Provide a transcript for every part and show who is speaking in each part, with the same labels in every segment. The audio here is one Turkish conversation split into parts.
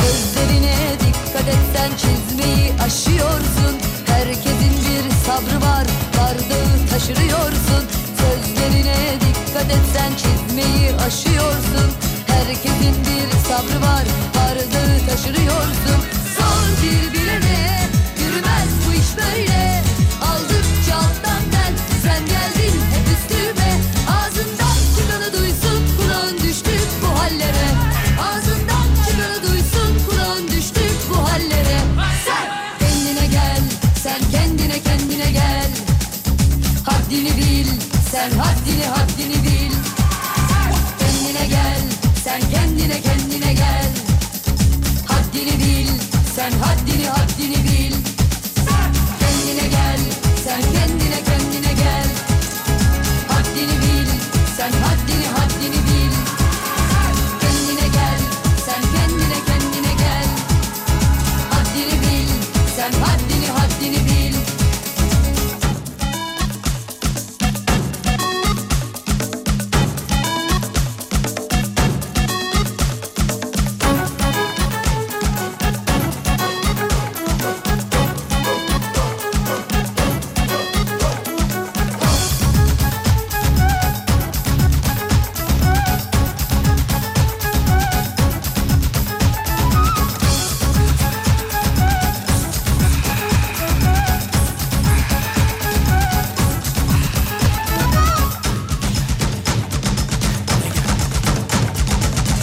Speaker 1: Sözlerine dikkat et sen çizmeyi aşıyorsun Herkesin bir sabrı var bardağı taşırıyorsun Sözlerine dikkat et sen çizmeyi aşıyorsun Herkesin bir sabrı var bardağı taşırıyorsun Sor birbirine yürümez bu iş böyle Aldıkça alttan ben sen geldin hep üstüme Ağzından çıkanı duysun kulağın düştü bu hallere Ağzından çıkanı duysun kulağın düştü bu hallere Sen kendine gel sen kendine kendine gel Haddini bil sen haddini haddini bil Kendine gel sen kendine kendine gel Haddini bil sen haddini haddini bil Kendine gel sen kendine kendine gel Haddini bil sen haddini haddini bil Kendine gel sen kendine kendine gel Haddini bil sen haddini haddini bil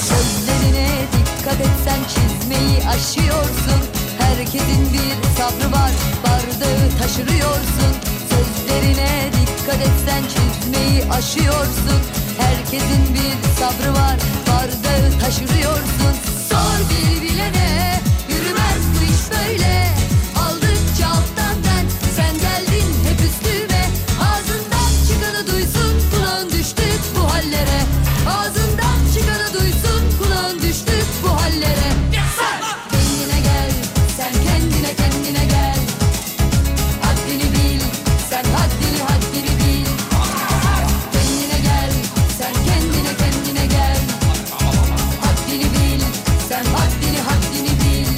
Speaker 1: Sözlerine dikkat et sen çizmeyi aşıyorsun Herkesin bir sabrı var bardağı taşırıyorsun Sözlerine dikkat et sen çizmeyi aşıyorsun Herkesin bir sabrı var bardağı taşırıyorsun Sor birbirine yürümez bu iş böyle Aldıkça alttan ben sen geldin hep üstüme Ağzından çıkanı duysun kulağın düştü bu hallere Ağzından çıkanı duysun kulağın düştü bu hallere Sen kendine gel sen kendine kendine gel Haddini bil sen haddini haddini bil Kendine gel sen kendine kendine gel Haddini bil sen haddini haddini bil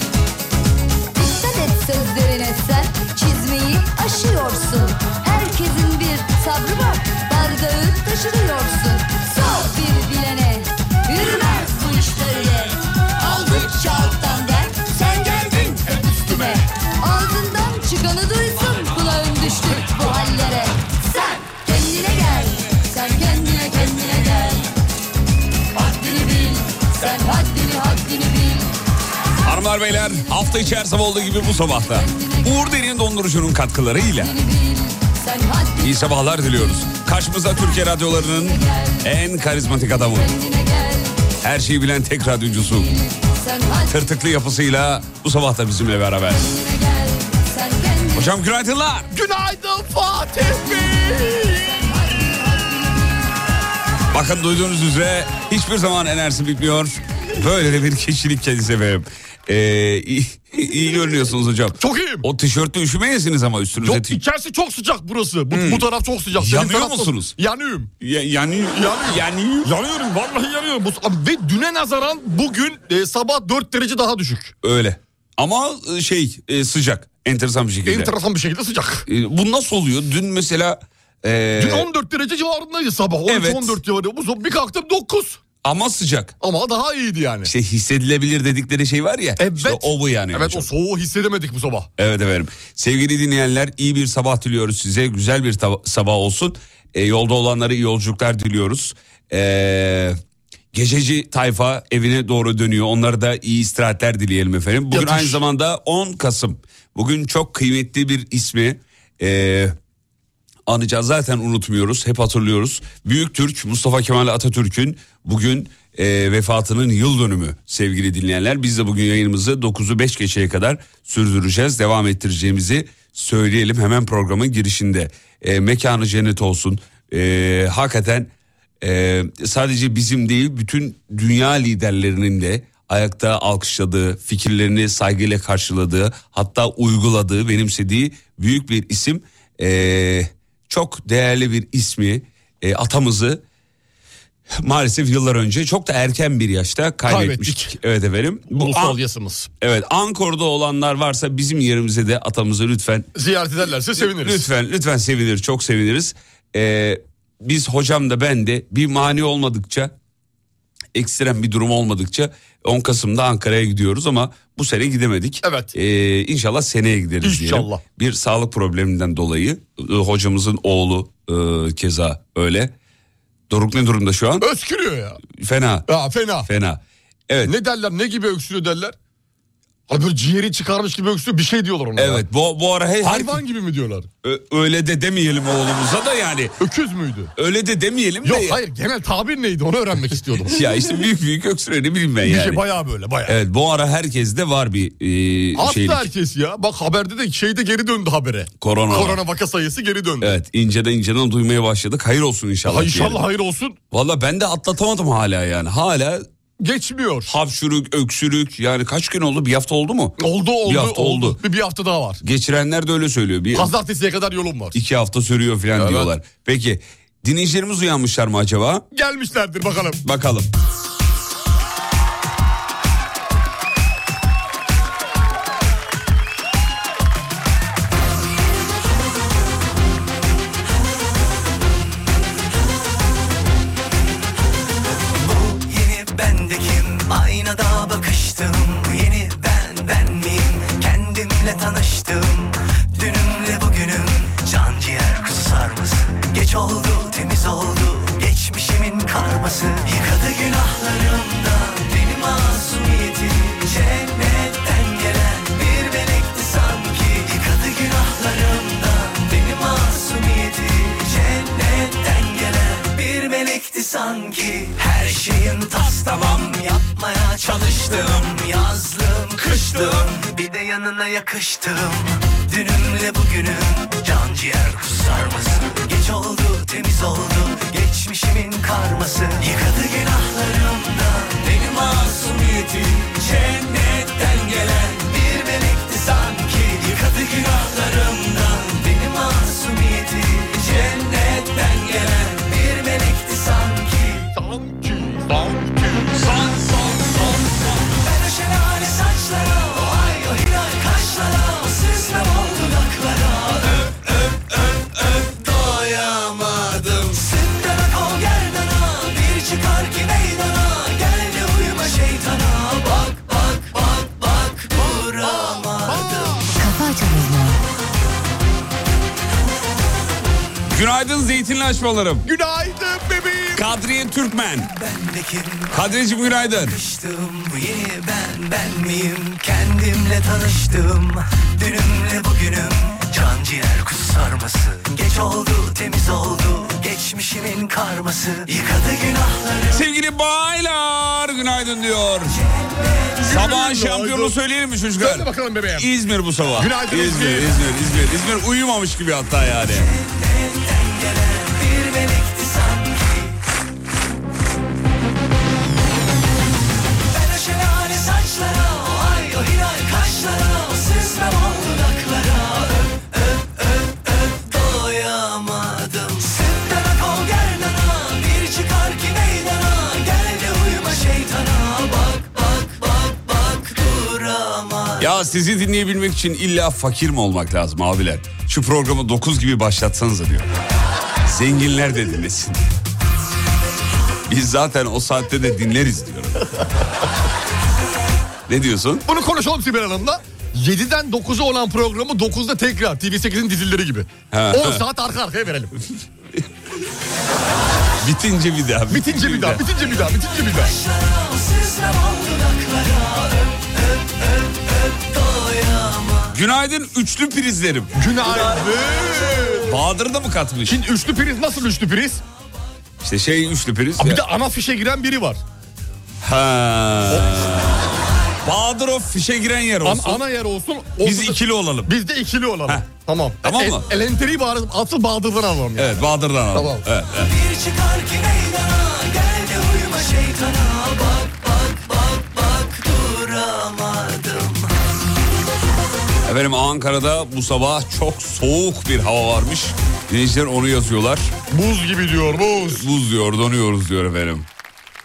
Speaker 1: Dikkat et sözlerine sen çizmeyi aşıyorsun Herkesin bir sabrı var bardağı taşırıyorsun Sor bir bilene yürümez bu iş böyle Aldıkça alttan der sen geldin hep üstüme Ağzından çıkanı duysun kulağın düştü bu hallere Sen kendine gel sen kendine kendine gel Haddini bil sen haddini haddini bil
Speaker 2: Hanımlar beyler hafta içi her sabah olduğu gibi bu sabahta Uğur Derin Dondurucu'nun katkılarıyla
Speaker 1: Sen haddini
Speaker 2: iyi sabahlar diliyoruz. Karşımızda Türkiye radyolarının en karizmatik adamı,
Speaker 1: kendine gel
Speaker 2: her şeyi bilen tek radyocusu.
Speaker 1: Sen haddini
Speaker 2: Tırtıklı yapısıyla bu sabah da bizimle beraber.
Speaker 1: gel Sen kendine
Speaker 2: Hocam günaydınlar.
Speaker 3: Günaydın Fatih Bey.
Speaker 2: Bakın duyduğunuz üzere hiçbir zaman enerjisi bitmiyor. Böyle de bir kişilik kendisi efendim. Ee, iyi, iyi görünüyorsunuz hocam.
Speaker 3: Çok iyiyim.
Speaker 2: O tişörtle üşümeyesiniz ama üstünüze.
Speaker 3: Yok
Speaker 2: ti-
Speaker 3: içerisi çok sıcak burası. Bu, bu taraf çok sıcak. Senin
Speaker 2: Hmm. Yanıyor
Speaker 3: taraf çok-
Speaker 2: musunuz?
Speaker 3: Yanıyorum.
Speaker 2: Ya- yani yani yani
Speaker 3: Yanıyorum vallahi yanıyorum. Bu, abi, ve düne nazaran bugün e, sabah 4 derece daha düşük.
Speaker 2: öyle. Ama e, şey e, sıcak enteresan bir şekilde.
Speaker 3: Enteresan bir şekilde sıcak.
Speaker 2: E, bu nasıl oluyor? Dün mesela e,
Speaker 3: Dün 14 derece civarındaydı sabah. 13-14
Speaker 2: Evet.
Speaker 3: civarı. Bu sabah bir kalktım 9.
Speaker 2: Ama sıcak.
Speaker 3: Ama daha iyiydi yani.
Speaker 2: İşte hissedilebilir dedikleri şey var ya.
Speaker 3: Evet.
Speaker 2: İşte o bu yani.
Speaker 3: Evet
Speaker 2: hocam.
Speaker 3: o soğuğu hissedemedik bu sabah.
Speaker 2: Evet efendim. Sevgili dinleyenler iyi bir sabah diliyoruz size. Güzel bir tab- sabah olsun. E, yolda olanlara iyi yolculuklar diliyoruz. E, gececi tayfa evine doğru dönüyor. Onlara da iyi istirahatler dileyelim efendim. Bugün
Speaker 3: Yatış.
Speaker 2: aynı zamanda 10 Kasım. Bugün çok kıymetli bir ismi e, anacağız. Zaten unutmuyoruz. Hep hatırlıyoruz. Büyük Türk Mustafa Kemal Atatürk'ün bugün e, vefatının yıl dönümü sevgili dinleyenler. Biz de bugün yayınımızı 9'u 5 geçeye kadar sürdüreceğiz. Devam ettireceğimizi söyleyelim hemen programın girişinde. E, mekanı cennet olsun. E, hakikaten e, sadece bizim değil bütün dünya liderlerinin de ayakta alkışladığı, fikirlerini saygıyla karşıladığı, hatta uyguladığı, benimsediği büyük bir isim. E, çok değerli bir ismi, e, atamızı maalesef yıllar önce çok da erken bir yaşta kaybetmiştik.
Speaker 3: Kaybettik.
Speaker 2: Evet efendim. Bu
Speaker 3: Ulusal
Speaker 2: An-
Speaker 3: yasımız.
Speaker 2: evet Ankara'da olanlar varsa bizim yerimize de atamızı lütfen
Speaker 3: Ziyaret ederlerse seviniriz.
Speaker 2: Lütfen lütfen sevinir çok seviniriz. Ee, biz hocam da ben de bir mani olmadıkça ekstrem bir durum olmadıkça 10 Kasım'da Ankara'ya gidiyoruz ama bu sene gidemedik.
Speaker 3: Evet.
Speaker 2: Ee, inşallah seneye gideriz diyelim.
Speaker 3: İnşallah.
Speaker 2: Bir sağlık probleminden dolayı e, hocamızın oğlu e, keza öyle. Doruk ne durumda şu an?
Speaker 3: Öskürüyor ya.
Speaker 2: Fena
Speaker 3: Ya fena.
Speaker 2: fena. Evet.
Speaker 3: Ne derler ne gibi öksürüyor derler. Hani böyle ciğeri çıkarmış gibi öksürüyor bir şey diyorlar ona. ya.
Speaker 2: Evet bu, bu ara her,
Speaker 3: Hayvan gibi mi diyorlar?
Speaker 2: Ö- öyle de demeyelim oğlumuza da yani.
Speaker 3: Öküz müydü?
Speaker 2: Öyle de demeyelim
Speaker 3: Yok
Speaker 2: de.
Speaker 3: hayır genel tabir neydi onu öğrenmek istiyordum.
Speaker 2: ya işte büyük büyük öksürüyor ne bileyim ben
Speaker 3: Bir
Speaker 2: yani.
Speaker 3: şey bayağı böyle bayağı.
Speaker 2: Evet bu ara herkeste var bir e,
Speaker 3: Hasta
Speaker 2: şeylik.
Speaker 3: herkes ya. Bak haberde de şeyde geri döndü habere.
Speaker 2: Korona.
Speaker 3: Korona vaka sayısı geri döndü.
Speaker 2: Evet inceden inceden duymaya başladık. Hayır olsun inşallah.
Speaker 3: Ha, inşallah
Speaker 2: diyelim.
Speaker 3: hayır olsun.
Speaker 2: Valla ben de atlatamadım hala yani. Hala
Speaker 3: Geçmiyor.
Speaker 2: hapşuruk, öksürük yani kaç gün oldu? Bir hafta oldu mu?
Speaker 3: Oldu oldu
Speaker 2: Bir hafta
Speaker 3: oldu.
Speaker 2: oldu.
Speaker 3: Bir, bir hafta daha var.
Speaker 2: Geçirenler de öyle söylüyor. Bir
Speaker 3: Pazartesiye kadar yolum var.
Speaker 2: iki hafta sürüyor falan
Speaker 3: Evet.
Speaker 2: diyorlar. Peki dinleyicilerimiz uyanmışlar mı acaba?
Speaker 3: Gelmişlerdir bakalım.
Speaker 2: Bakalım.
Speaker 4: Bu yeni bendekim Aynada bakıştım Bu yeni ben ben miyim Kendimle tanıştım Dünümle bugünüm Can ciğer kusar mısın Geç oldu temiz oldu Geçmişimin karması Yıkadı günahlarımdan Benim masumiyetim Cennetten gelen bir melekti sanki Yıkadı günahlarımdan Benim masumiyetim Cennetten gelen bir melekti sanki Her şeyin tas tamam Yapmaya çalıştım Yazlım kıştım Bir de yanına yakıştım Dünümle bugünüm Can ciğer kusar mısın? Geç oldu temiz oldu Geçmişimin karması Yıkadı günahlarımdan Benim masumiyetim Cennetten gelen bir melekti sanki Yıkadı günahlarımdan Benim masumiyeti Cennetten gelen bir melekti sanki
Speaker 3: Sanki, sanki, sanki.
Speaker 4: Ben o şelale Hani saçlara O ay o hilal kaşlara O süzme bol dudaklara Öp öp öp öp doyamadım Sütten akol gerdana Bir çıkar ki meydana Gel de uyuma şeytana Bak bak bak bak vuramadım
Speaker 1: Kafa Açan Uzman
Speaker 2: Günaydın zeytinli açmalarım.
Speaker 3: Günaydın bebeğim.
Speaker 2: Kadriye Türkmen.
Speaker 4: Ben de kim
Speaker 2: Kadriyeciğim günaydın.
Speaker 4: Tanıştım bu yeni ben ben miyim Kendimle tanıştım Dünümle bugünüm Can ciğer kusarması Geç oldu temiz oldu Geçmişimin karması Yıkadı günahları
Speaker 2: Sevgili baylar günaydın diyor. Sabah şampiyonu söyleyelim mi çocuklar?
Speaker 3: Söyle bakalım bebeğim.
Speaker 2: İzmir bu sabah.
Speaker 3: Günaydın
Speaker 2: İzmir,
Speaker 3: İzmir.
Speaker 2: İzmir, İzmir, İzmir. uyumamış gibi hatta yani.
Speaker 4: Bir melekti sanki Ben o şelale saçlara O ay o hilal kaşlara O süzme bol dudaklara Öp öp öp öp doyamadım Sütten akol gerdana Bir çıkar ki meydana Gel de uyuma şeytana Bak bak bak bak duramadım
Speaker 2: Ya sizi dinleyebilmek için illa fakir mi olmak lazım abiler? Şu programı 9 gibi başlatsanız diyor. Zenginler de dinlesin. Biz zaten o saatte de dinleriz diyorum. ne diyorsun?
Speaker 3: Bunu konuşalım Sibel Hanım'la. 7'den 9'a olan programı 9'da tekrar TV8'in dizileri gibi.
Speaker 2: Ha,
Speaker 3: 10
Speaker 2: ha.
Speaker 3: saat arka arkaya verelim.
Speaker 2: Bitince bir daha.
Speaker 3: Bitince bir daha, bitince bir daha, bitince bir daha.
Speaker 2: Günaydın üçlü prizlerim.
Speaker 3: Günaydın.
Speaker 2: Bahadır'ı da mı katmış?
Speaker 3: Şimdi üçlü priz nasıl üçlü priz?
Speaker 2: İşte şey üçlü priz.
Speaker 3: Ha,
Speaker 2: ya.
Speaker 3: bir de ana fişe giren biri var.
Speaker 2: Ha. Bahadır o fişe giren yer
Speaker 3: An-
Speaker 2: olsun.
Speaker 3: ana yer olsun.
Speaker 2: Biz
Speaker 3: ortada-
Speaker 2: ikili olalım.
Speaker 3: Biz de ikili olalım.
Speaker 2: Heh.
Speaker 3: Tamam. E,
Speaker 2: Tamam mı?
Speaker 3: El, enteriyi bari asıl Bahadır'dan alalım. ya.
Speaker 2: Evet Bahadır'dan alalım.
Speaker 3: Tamam.
Speaker 2: Evet, evet.
Speaker 4: Bir çıkar ki meydana Gel de uyuma şeytana Bak bak bak bak duramadım
Speaker 2: Efendim Ankara'da bu sabah çok soğuk bir hava varmış. Dinleyiciler onu yazıyorlar.
Speaker 3: Buz gibi diyor buz.
Speaker 2: Buz diyor, donuyoruz diyor efendim.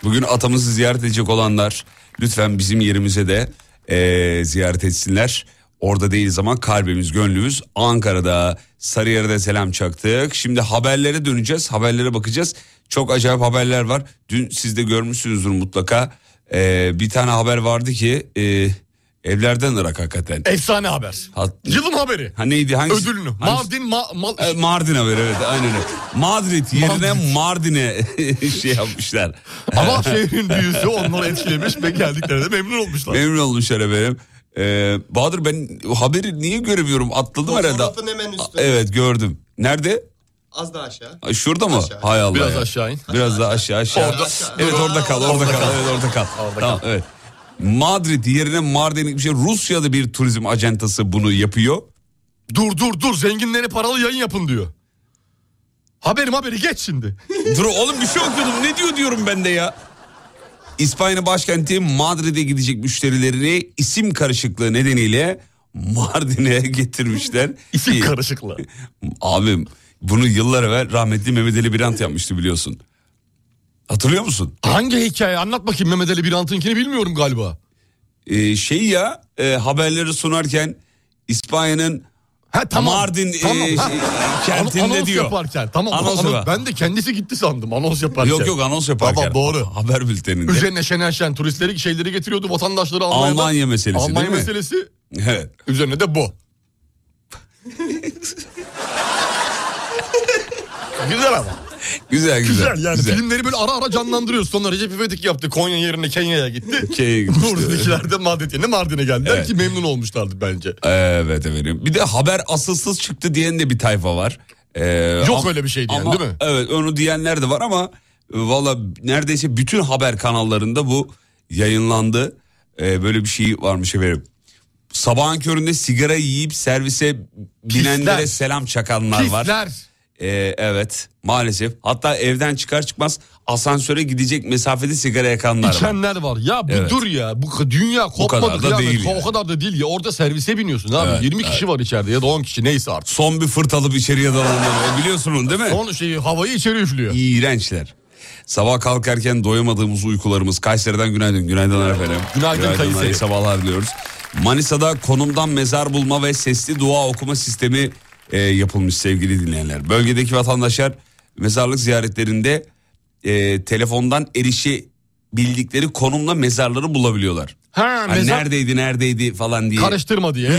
Speaker 2: Bugün atamızı ziyaret edecek olanlar lütfen bizim yerimize de eee, ziyaret etsinler. Orada değiliz ama kalbimiz, gönlümüz Ankara'da. Sarıyer'de selam çaktık. Şimdi haberlere döneceğiz, haberlere bakacağız. Çok acayip haberler var. Dün siz de görmüşsünüzdür mutlaka. Eee, bir tane haber vardı ki eee, evlerden ırak hakikaten.
Speaker 3: Efsane haber.
Speaker 2: Hat-
Speaker 3: Yılın haberi.
Speaker 2: Ha neydi? Hangisi?
Speaker 3: Ödülünü.
Speaker 2: Hangisi?
Speaker 3: Mardin ma- mal-
Speaker 2: E, Mardin haberi evet aynen öyle. Madrid yerine Mardin'e şey yapmışlar.
Speaker 3: Ama şehrin büyüsü onları etkilemiş ve geldiklerinde memnun olmuşlar.
Speaker 2: Memnun olmuşlar efendim. Ee, Bahadır ben haberi niye göremiyorum atladım herhalde.
Speaker 5: Fotoğrafın hemen üstü.
Speaker 2: Evet gördüm. Nerede?
Speaker 5: Az daha aşağı.
Speaker 2: Ay, Şurada mı?
Speaker 5: Aşağı.
Speaker 2: Hay Allah.
Speaker 3: Biraz
Speaker 2: ya.
Speaker 3: aşağı in.
Speaker 2: Biraz daha aşağı aşağı.
Speaker 5: Orada-
Speaker 2: Evet orada kal orada kal. Evet orada kal. Tamam evet. Madrid yerine Mardin bir şey Rusya'da bir turizm acentası bunu yapıyor.
Speaker 3: Dur dur dur zenginleri paralı yayın yapın diyor. Haberim haberi geç şimdi.
Speaker 2: Dur oğlum bir şey okuyordum. Ne diyor diyorum ben de ya. İspanya başkenti Madrid'e gidecek müşterilerini isim karışıklığı nedeniyle Mardin'e getirmişler.
Speaker 3: İsim
Speaker 2: Ki-
Speaker 3: karışıklığı.
Speaker 2: Abim bunu yıllar evvel rahmetli Mehmet Ali Birant yapmıştı biliyorsun. Hatırlıyor musun?
Speaker 3: Hangi hikaye anlat bakayım Mehmet Ali Birant'ınkini bilmiyorum galiba.
Speaker 2: Ee, şey ya e, haberleri sunarken İspanya'nın
Speaker 3: Ha tamam.
Speaker 2: Mardin, e, şey,
Speaker 3: ha.
Speaker 2: kentinde
Speaker 3: Anons
Speaker 2: diyor.
Speaker 3: yaparken. Tamam.
Speaker 2: Anons
Speaker 3: Anons,
Speaker 2: yapar.
Speaker 3: ben de kendisi gitti sandım anons yaparken.
Speaker 2: yok yok anons yaparken
Speaker 3: Tamam doğru.
Speaker 2: haber bülteninde
Speaker 3: Üzerine Şener Şen turistleri şeyleri getiriyordu vatandaşları Almanya'dan.
Speaker 2: Almanya meselesi
Speaker 3: Almanya
Speaker 2: değil mi?
Speaker 3: meselesi
Speaker 2: Evet.
Speaker 3: üzerine de bu. Güzel ama.
Speaker 2: Güzel güzel.
Speaker 3: Güzel yani filmleri böyle ara ara canlandırıyoruz. Sonra Recep İvedik yaptı. Konya yerine Kenya'ya gitti.
Speaker 2: Kenya'ya gitmişti,
Speaker 3: Buradakiler de Madrid yerine Mardin'e geldiler
Speaker 2: Evet.
Speaker 3: ki memnun olmuşlardı bence.
Speaker 2: Evet efendim. Bir de haber asılsız çıktı diyen de bir tayfa var. Ee,
Speaker 3: Yok
Speaker 2: ama-
Speaker 3: öyle bir şey diyen,
Speaker 2: ama-
Speaker 3: değil mi?
Speaker 2: Evet onu diyenler de var ama e, valla neredeyse bütün haber kanallarında bu yayınlandı. Ee, böyle bir şey varmış efendim. Sabahın köründe sigara yiyip servise binenlere selam çakanlar var.
Speaker 3: Pisler.
Speaker 2: Ee, evet maalesef. Hatta evden çıkar çıkmaz asansöre gidecek mesafede sigara yakanlar var.
Speaker 3: İçenler var. Ya bir
Speaker 2: Evet.
Speaker 3: dur ya. Bu k- dünya kopmadı.
Speaker 2: kadar da
Speaker 3: kıyamet.
Speaker 2: değil
Speaker 3: O-
Speaker 2: yani.
Speaker 3: O kadar da değil ya. Orada servise biniyorsun abi.
Speaker 2: Evet,
Speaker 3: 20 kişi var içeride ya da 10 kişi neyse artık.
Speaker 2: Son bir fırtalıp içeriye dalanlar biliyorsun onu değil mi?
Speaker 3: Onun şeyi şey, havayı içeri üflüyor.
Speaker 2: İğrençler. Sabah kalkarken doyamadığımız uykularımız. Kayseri'den günaydın. Günaydın efendim.
Speaker 3: Günaydın Kayseri.
Speaker 2: iyi sabahlar diliyoruz. Manisa'da konumdan mezar bulma ve sesli dua okuma sistemi e, yapılmış sevgili dinleyenler. Bölgedeki vatandaşlar mezarlık ziyaretlerinde e, telefondan erişebildikleri konumla mezarları bulabiliyorlar.
Speaker 3: Ha,
Speaker 2: Hani
Speaker 3: mezar
Speaker 2: neredeydi neredeydi falan diye.
Speaker 3: karıştırma diye.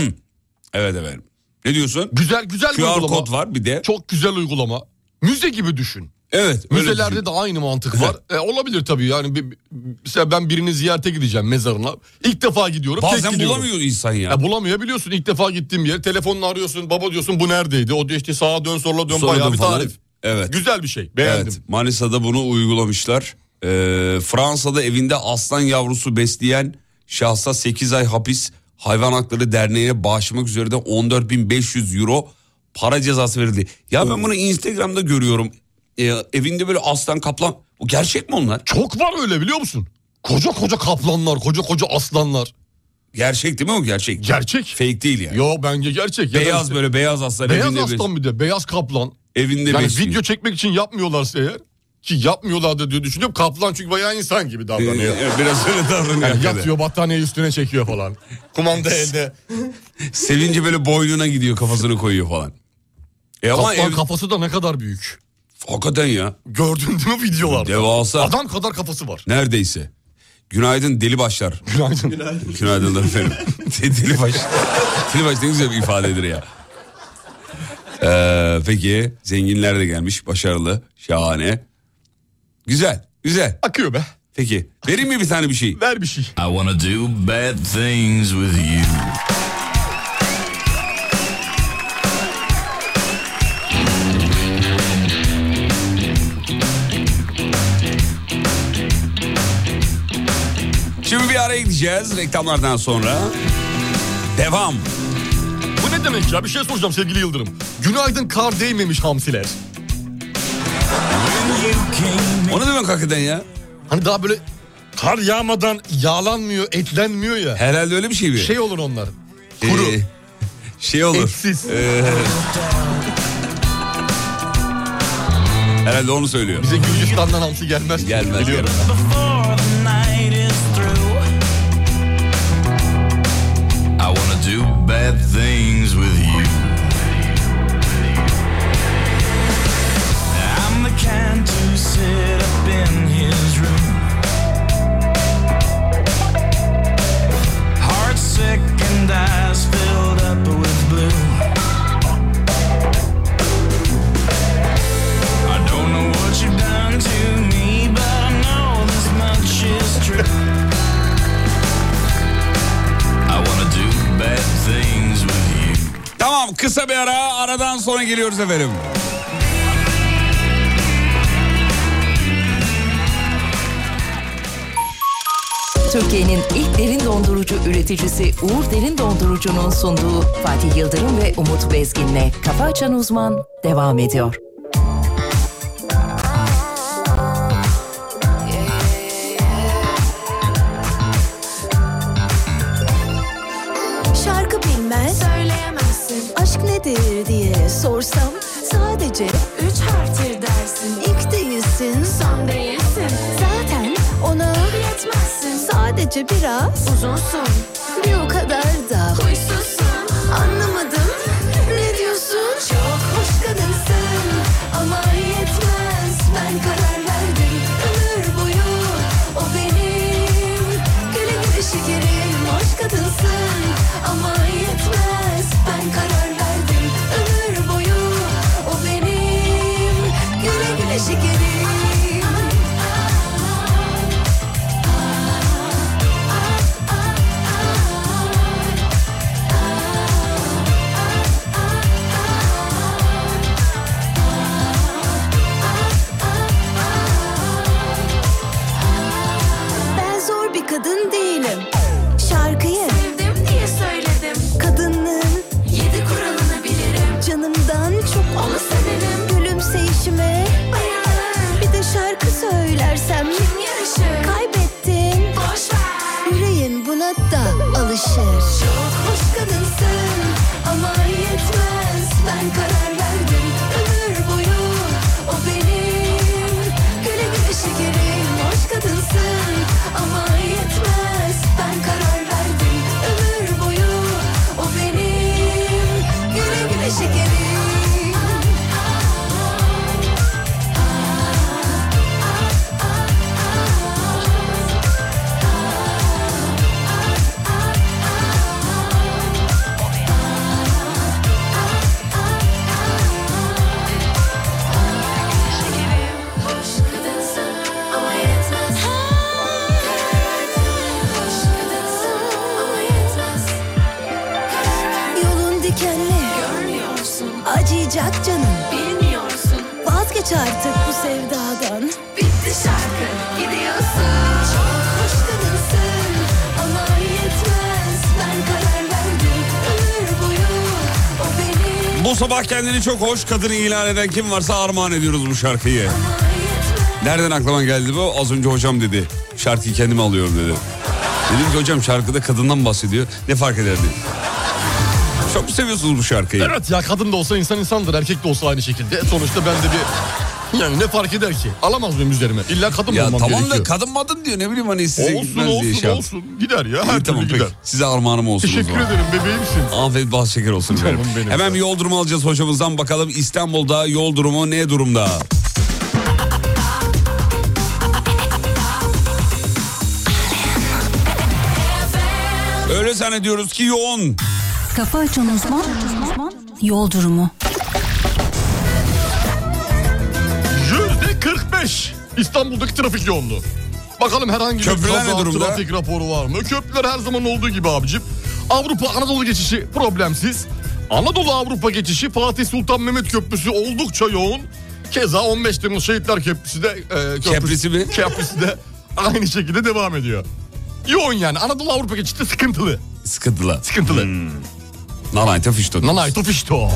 Speaker 2: Evet efendim. Ne diyorsun?
Speaker 3: Güzel güzel bir
Speaker 2: QR
Speaker 3: uygulama.
Speaker 2: kod var bir de.
Speaker 3: Çok güzel uygulama. Müze gibi düşün.
Speaker 2: Evet. öyle düşün.
Speaker 3: Müzelerde de aynı mantık var. E, olabilir tabii yani. Bir, bir- mesela ben birini ziyarete gideceğim mezarına. İlk defa gidiyorum. tek
Speaker 2: Bazen
Speaker 3: gidiyorum.
Speaker 2: bulamıyor insan ya.
Speaker 3: Ya bulamayabiliyorsun. İlk defa gittiğim yer. Telefonla arıyorsun. Baba diyorsun bu neredeydi? O diyor işte sağa dön sola dön
Speaker 2: Sonra
Speaker 3: bayağı
Speaker 2: dön
Speaker 3: bir
Speaker 2: falan.
Speaker 3: tarif.
Speaker 2: Evet.
Speaker 3: Güzel bir şey. Beğendim.
Speaker 2: Evet, Manisa'da bunu uygulamışlar. Ee, Fransa'da evinde aslan yavrusu besleyen şahsa 8 ay hapis hayvan hakları derneğine bağışlamak üzere de 14.500 euro para cezası verildi. Ya ben bunu Instagram'da görüyorum. Ee, evinde böyle aslan kaplan o gerçek mi onlar?
Speaker 3: Çok var öyle biliyor musun? Koca koca kaplanlar, koca koca aslanlar.
Speaker 2: Gerçek değil mi o gerçek?
Speaker 3: Gerçek.
Speaker 2: Fake değil yani.
Speaker 3: Yo bence gerçek. Ya da
Speaker 2: beyaz
Speaker 3: işte-
Speaker 2: böyle beyaz aslan
Speaker 3: Beyaz
Speaker 2: evinde
Speaker 3: aslan bir de beyaz kaplan.
Speaker 2: bes- evinde
Speaker 3: Yani
Speaker 2: besliyor.
Speaker 3: video çekmek için yapmıyorlarsa eğer ki yapmıyorlar da diye düşünüyorum. Kaplan çünkü bayağı insan gibi davranıyor.
Speaker 2: Ee, biraz öyle davranıyor.
Speaker 3: Yani
Speaker 2: hakikaten.
Speaker 3: yatıyor battaniyeyi üstüne çekiyor falan. Kumanda elde.
Speaker 2: Sevinci böyle boynuna gidiyor kafasını koyuyor falan. E ama
Speaker 3: Kaplan
Speaker 2: ev-
Speaker 3: kafası da ne kadar büyük.
Speaker 2: Hakikaten ya.
Speaker 3: Gördün değil mi videolarda?
Speaker 2: Devasa.
Speaker 3: Adam kadar kafası var.
Speaker 2: Neredeyse. Günaydın deli başlar.
Speaker 3: Günaydın.
Speaker 2: Günaydınlar efendim. deli baş. Deli baş ne güzel bir ifadedir ya. Ee, peki zenginler de gelmiş. Başarılı. Şahane. Güzel. Güzel.
Speaker 3: Akıyor be.
Speaker 2: Peki. Vereyim mi bir tane bir şey?
Speaker 3: Ver bir şey.
Speaker 6: I wanna do bad things with you.
Speaker 2: Şimdi bir araya gideceğiz reklamlardan sonra. Devam.
Speaker 3: Bu ne demek ya? Bir şey soracağım sevgili Yıldırım. Günaydın kar değmemiş hamsiler.
Speaker 2: O ne demek hakikaten ya?
Speaker 3: Hani daha böyle kar yağmadan yağlanmıyor, etlenmiyor ya.
Speaker 2: Herhalde öyle bir şey mi?
Speaker 3: Şey olur onlar.
Speaker 2: Ee,
Speaker 3: Kuru.
Speaker 2: şey olur.
Speaker 3: Etsiz.
Speaker 2: Herhalde onu söylüyor.
Speaker 3: Bize Gürcistan'dan hamsi gelmez.
Speaker 2: Gelmez.
Speaker 3: Biliyorum.
Speaker 2: gelmez.
Speaker 6: I wanna do bad things with you.
Speaker 4: I'm the kind to sit up in his room. Heart sick and eyes filled up with blue. I don't know what you've done to me, but I know this much is true.
Speaker 6: I wanna do bad things with you.
Speaker 2: Tamam kısa bir ara aradan sonra geliyoruz efendim.
Speaker 7: Türkiye'nin ilk derin dondurucu üreticisi Uğur Derin Dondurucu'nun sunduğu Fatih Yıldırım ve Umut Bezgin'le Kafa Açan Uzman devam ediyor.
Speaker 8: Şarkı bilmez Söyleyemezsin Aşk nedir diye sorsam Sadece üç harftir dersin İlk değilsin Son değilsin Zaten ona Yetmezsin Sadece biraz Uzunsun Bir o kadar da Huysuzsun Anlamadım Ne diyorsun Çok hoş kadınsın Ama yetmez Ben karar verdim Ömür boyu O benim Güle güle şekerim Hoş kadınsın Ama yetmez Ben karar verdim Ömür boyu O benim Güle güle şekerim Ben zor bir kadın değilim. Şarkıyı sevdim diye söyledim. Kadının yedi kuralını bilirim. Canımdan çok onu severim. Gülümseyişime bayılırım. Bir de şarkı söylersem kim yarışır? Kaybettin. Boş ver. Yüreğin buna da alışır. Çok hoş kadınsın ama yetmez. Ben karar verdim ömür boyu o benim. Güle güle şekerim hoş kadınsın ama yetmez. Ben karar verdim ömür boyu o benim. Güle güle şekerim. Hoş kadınsın ama yetmez. Hoş kadınsın ama yetmez. Yolun dikenli. Görmüyorsun. Acıyacak canım. Bilmiyorsun. Vazgeç artık bu sevdadan. Bitti şarkı. Gidiyorsun. Çok hoş kadınsın ama yetmez. Ben karar verdim. Ömür boyu o benim.
Speaker 2: Bu sabah kendini çok hoş kadın ilan eden kim varsa armağan ediyoruz bu şarkıyı. Nereden aklıma geldi bu? Az önce hocam dedi. Şarkıyı kendime alıyorum dedi. Dedim ki hocam şarkıda kadından bahsediyor. Ne fark eder dedi. Çok mu seviyorsunuz bu şarkıyı?
Speaker 3: Evet ya kadın da olsa insan insandır. Erkek de olsa aynı şekilde. E, Sonuçta ben de bir... Yani ne fark eder ki? Alamaz mıyım üzerime? İlla kadın
Speaker 2: Ya
Speaker 3: olmam
Speaker 2: tamam da
Speaker 3: gerekiyor.
Speaker 2: kadın madın diyor ne bileyim hani size
Speaker 3: olsun
Speaker 2: gitmez diye
Speaker 3: olsun
Speaker 2: şey yaptım.
Speaker 3: olsun. Gider ya her
Speaker 2: İyi, tamam
Speaker 3: türlü
Speaker 2: peki.
Speaker 3: gider.
Speaker 2: Size armağanım olsun. o
Speaker 3: Teşekkür
Speaker 2: zaman.
Speaker 3: ederim bebeğimsin.
Speaker 2: Afiyet bal şeker olsun.
Speaker 3: Canım
Speaker 2: efendim.
Speaker 3: benim.
Speaker 2: Hemen bir yol durumu alacağız hocamızdan bakalım İstanbul'da yol durumu ne durumda? zannediyoruz ki yoğun.
Speaker 9: Kafa açan uzman yol durumu.
Speaker 3: Yüzde 45 İstanbul'daki trafik yoğunluğu. Bakalım herhangi bir
Speaker 2: Köprüler ne
Speaker 3: kaza,
Speaker 2: durumda?
Speaker 3: trafik raporu var mı? Köprüler her zaman olduğu gibi abicim. Avrupa Anadolu geçişi problemsiz. Anadolu Avrupa geçişi Fatih Sultan Mehmet Köprüsü oldukça yoğun. Keza 15 Temmuz Şehitler Köprüsü de e,
Speaker 2: Köprüsü mi?
Speaker 3: Köprüsü de aynı şekilde devam ediyor. Yoğun yani Anadolu Avrupa geçişi de sıkıntılı.
Speaker 2: Sıkıntılı.
Speaker 3: Sıkıntılı.
Speaker 2: Hmm. Nanayta fişto.
Speaker 3: Nanay tofişto.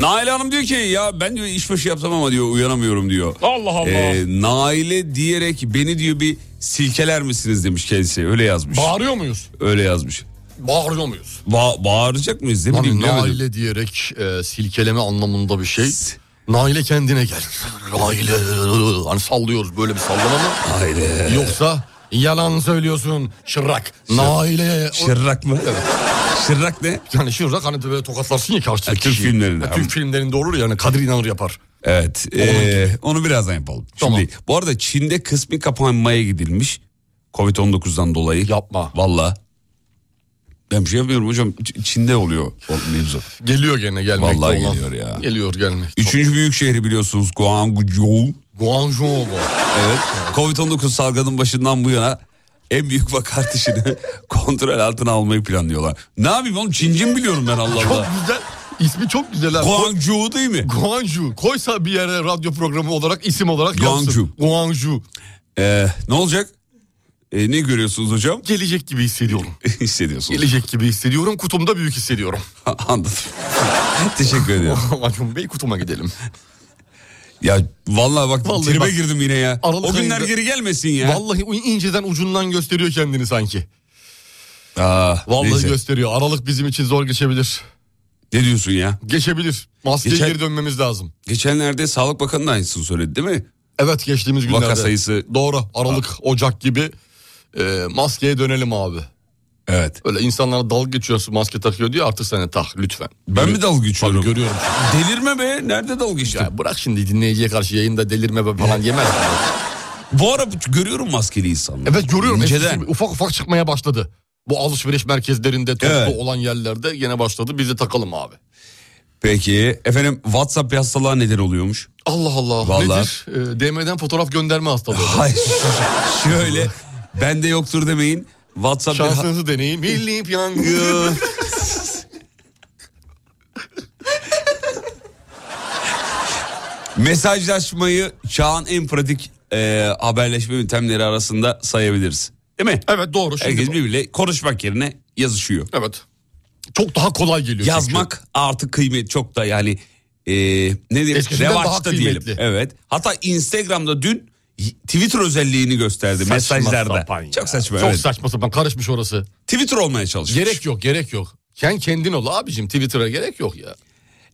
Speaker 2: Nail Hanım diyor ki ya ben diyor işbaşı yapsam ama diyor uyanamıyorum diyor.
Speaker 3: Allah Allah.
Speaker 2: Ee, Nail'e diyerek beni diyor bir silkeler misiniz demiş kendisi. Öyle yazmış.
Speaker 3: Bağırıyor muyuz?
Speaker 2: Öyle yazmış.
Speaker 3: Bağırıyor muyuz?
Speaker 2: Ba- bağıracak mıyız? Ne bileyim
Speaker 3: Hani
Speaker 2: bilemedim.
Speaker 3: naile diyerek e, silkeleme anlamında bir şey. Naile kendine gel. Naile. Hani sallıyoruz böyle bir sallama mı?
Speaker 2: Naile.
Speaker 3: Yoksa yalan söylüyorsun şırrak. Naile.
Speaker 2: Şırrak mı? Şırrak ne?
Speaker 3: Yani şırrak hani böyle tokatlarsın ya karşıdaki
Speaker 2: Ha, Türk
Speaker 3: kişiyi.
Speaker 2: filmlerinde.
Speaker 3: Ha, Türk filmlerinde olur yani Kadir İnanır yapar.
Speaker 2: Evet. ee, onu birazdan yapalım.
Speaker 3: Tamam.
Speaker 2: Şimdi bu arada Çin'de kısmi kapanmaya gidilmiş. Covid-19'dan dolayı.
Speaker 3: Yapma.
Speaker 2: Valla. Ben bir şey yapmıyorum hocam. Ç- Çin'de oluyor o mevzu.
Speaker 3: Geliyor gene gelmekte
Speaker 2: Vallahi
Speaker 3: olan.
Speaker 2: geliyor ya.
Speaker 3: Geliyor gelmekte.
Speaker 2: Üçüncü büyük şehri biliyorsunuz Guangzhou.
Speaker 3: Guangzhou.
Speaker 2: Evet. Covid-19 salgının başından bu yana en büyük vaka artışını kontrol altına almayı planlıyorlar. Ne yapayım oğlum Çincin biliyorum ben Allah
Speaker 3: Çok
Speaker 2: Allah.
Speaker 3: güzel. İsmi çok güzel. ha.
Speaker 2: Guangzhou değil mi?
Speaker 3: Guangzhou. Koysa bir yere radyo programı olarak isim olarak
Speaker 2: Guangzhou.
Speaker 3: yazsın. Guangzhou.
Speaker 2: Ee, ne olacak? Ee, ne görüyorsunuz hocam?
Speaker 3: Gelecek gibi hissediyorum.
Speaker 2: Hissediyorsunuz.
Speaker 3: Gelecek gibi hissediyorum. Kutumda büyük hissediyorum.
Speaker 2: Anladım. Teşekkür ediyorum.
Speaker 3: Acun Bey kutuma gidelim.
Speaker 2: Ya vallahi bak
Speaker 3: Vallahi
Speaker 2: tribe
Speaker 3: bak.
Speaker 2: girdim yine ya.
Speaker 3: Aralık
Speaker 2: o günler
Speaker 3: ayında-
Speaker 2: geri gelmesin ya.
Speaker 3: Vallahi o inceden ucundan gösteriyor kendini sanki.
Speaker 2: Aa,
Speaker 3: Vallahi
Speaker 2: neyse.
Speaker 3: gösteriyor. Aralık bizim için zor geçebilir.
Speaker 2: Ne diyorsun ya?
Speaker 3: Geçebilir. Maskeye
Speaker 2: Geçen-
Speaker 3: geri dönmemiz lazım.
Speaker 2: Geçenlerde Sağlık Bakanı da aynısını söyledi değil mi?
Speaker 3: Evet geçtiğimiz
Speaker 2: Vaka
Speaker 3: günlerde.
Speaker 2: sayısı-
Speaker 3: Doğru. Aralık, Ocak gibi e, maskeye dönelim abi.
Speaker 2: Evet.
Speaker 3: Öyle insanlara dalga geçiyorsun maske takıyor diye artık sen de tak lütfen.
Speaker 2: Ben mi dalga
Speaker 3: Tabii
Speaker 2: geçiyorum?
Speaker 3: görüyorum.
Speaker 2: Delirme be. Nerede dalga geçtim?
Speaker 3: Ya bırak şimdi dinleyiciye karşı yayında delirme be falan yemez.
Speaker 2: Bu ara bu- görüyorum maskeli insanları.
Speaker 3: Evet görüyorum.
Speaker 2: İnceden.
Speaker 3: Eskisi Ufak ufak çıkmaya başladı. Bu alışveriş merkezlerinde toplu
Speaker 2: Evet.
Speaker 3: olan yerlerde yine başladı. Biz de takalım abi.
Speaker 2: Peki efendim WhatsApp hastalığa neden oluyormuş?
Speaker 3: Allah Allah.
Speaker 2: Vallahi.
Speaker 3: Nedir? Ee, DM'den fotoğraf gönderme hastalığı.
Speaker 2: Hayır. Şöyle bende yoktur demeyin. WhatsApp bir ha-
Speaker 3: Şansınızı deneyin. Milli piyango.
Speaker 2: mesajlaşmayı çağın en pratik e, haberleşme yöntemleri arasında sayabiliriz. Değil mi?
Speaker 3: evet doğru. Şimdi
Speaker 2: Herkes
Speaker 3: bu-
Speaker 2: birbiriyle konuşmak yerine yazışıyor.
Speaker 3: Evet. Çok daha kolay geliyor. çünkü.
Speaker 2: Yazmak artık kıymet çok da yani e, ne diyelim
Speaker 3: Eskisinden daha
Speaker 2: revaçta diyelim.
Speaker 3: kıymetli.
Speaker 2: Evet. Hatta Instagram'da dün y- Twitter özelliğini gösterdi
Speaker 3: Saçma
Speaker 2: mesajlarda.
Speaker 3: sapan ya.
Speaker 2: Çok saçma.
Speaker 3: Çok
Speaker 2: evet.
Speaker 3: saçma sapan. Karışmış orası.
Speaker 2: Twitter olmaya çalışmış.
Speaker 3: Gerek yok gerek yok. Sen kendin ol abicim. Twitter'a gerek yok ya.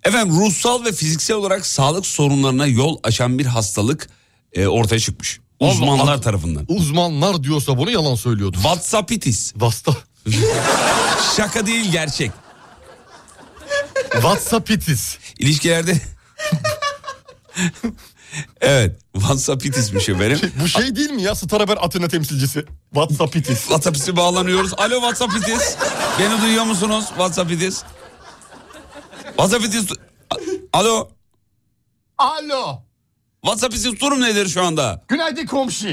Speaker 2: Efendim ruhsal ve fiziksel olarak sağlık sorunlarına yol açan bir hastalık e, ortaya çıkmış. Uzmanlar
Speaker 3: Allah-
Speaker 2: tarafından.
Speaker 3: Uzmanlar diyorsa bunu yalan söylüyordu.
Speaker 2: WhatsAppitis.
Speaker 3: Vasta.
Speaker 2: Şaka değil gerçek.
Speaker 3: Whatsappitis.
Speaker 2: İlişkilerde... evet. WhatsAppitis'miş efendim.
Speaker 3: Bu şey değil mi ya? Star Haber Atina temsilcisi. Whatsappitis.
Speaker 2: WhatsApp'ı bağlanıyoruz. Alo WhatsApp'itis. Beni duyuyor musunuz? WhatsApp'itis. WhatsApp'itis. A- Alo.
Speaker 3: Alo.
Speaker 2: WhatsApp'itis durum nedir şu anda?
Speaker 3: Günaydın komşu.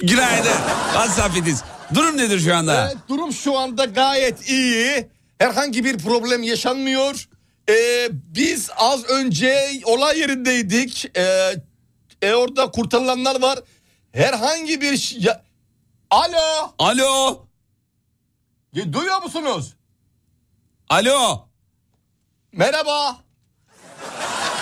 Speaker 2: Günaydın. WhatsApp'itis. Durum nedir şu anda?
Speaker 3: Evet, Ee, durum şu anda gayet iyi. Herhangi bir problem yaşanmıyor. Ee, biz az önce olay yerindeydik. Ee, e, orada kurtarılanlar var. Herhangi bir... ş- ya- Alo.
Speaker 2: Alo.
Speaker 3: Ya, duyuyor musunuz?
Speaker 2: Alo.
Speaker 3: Merhaba.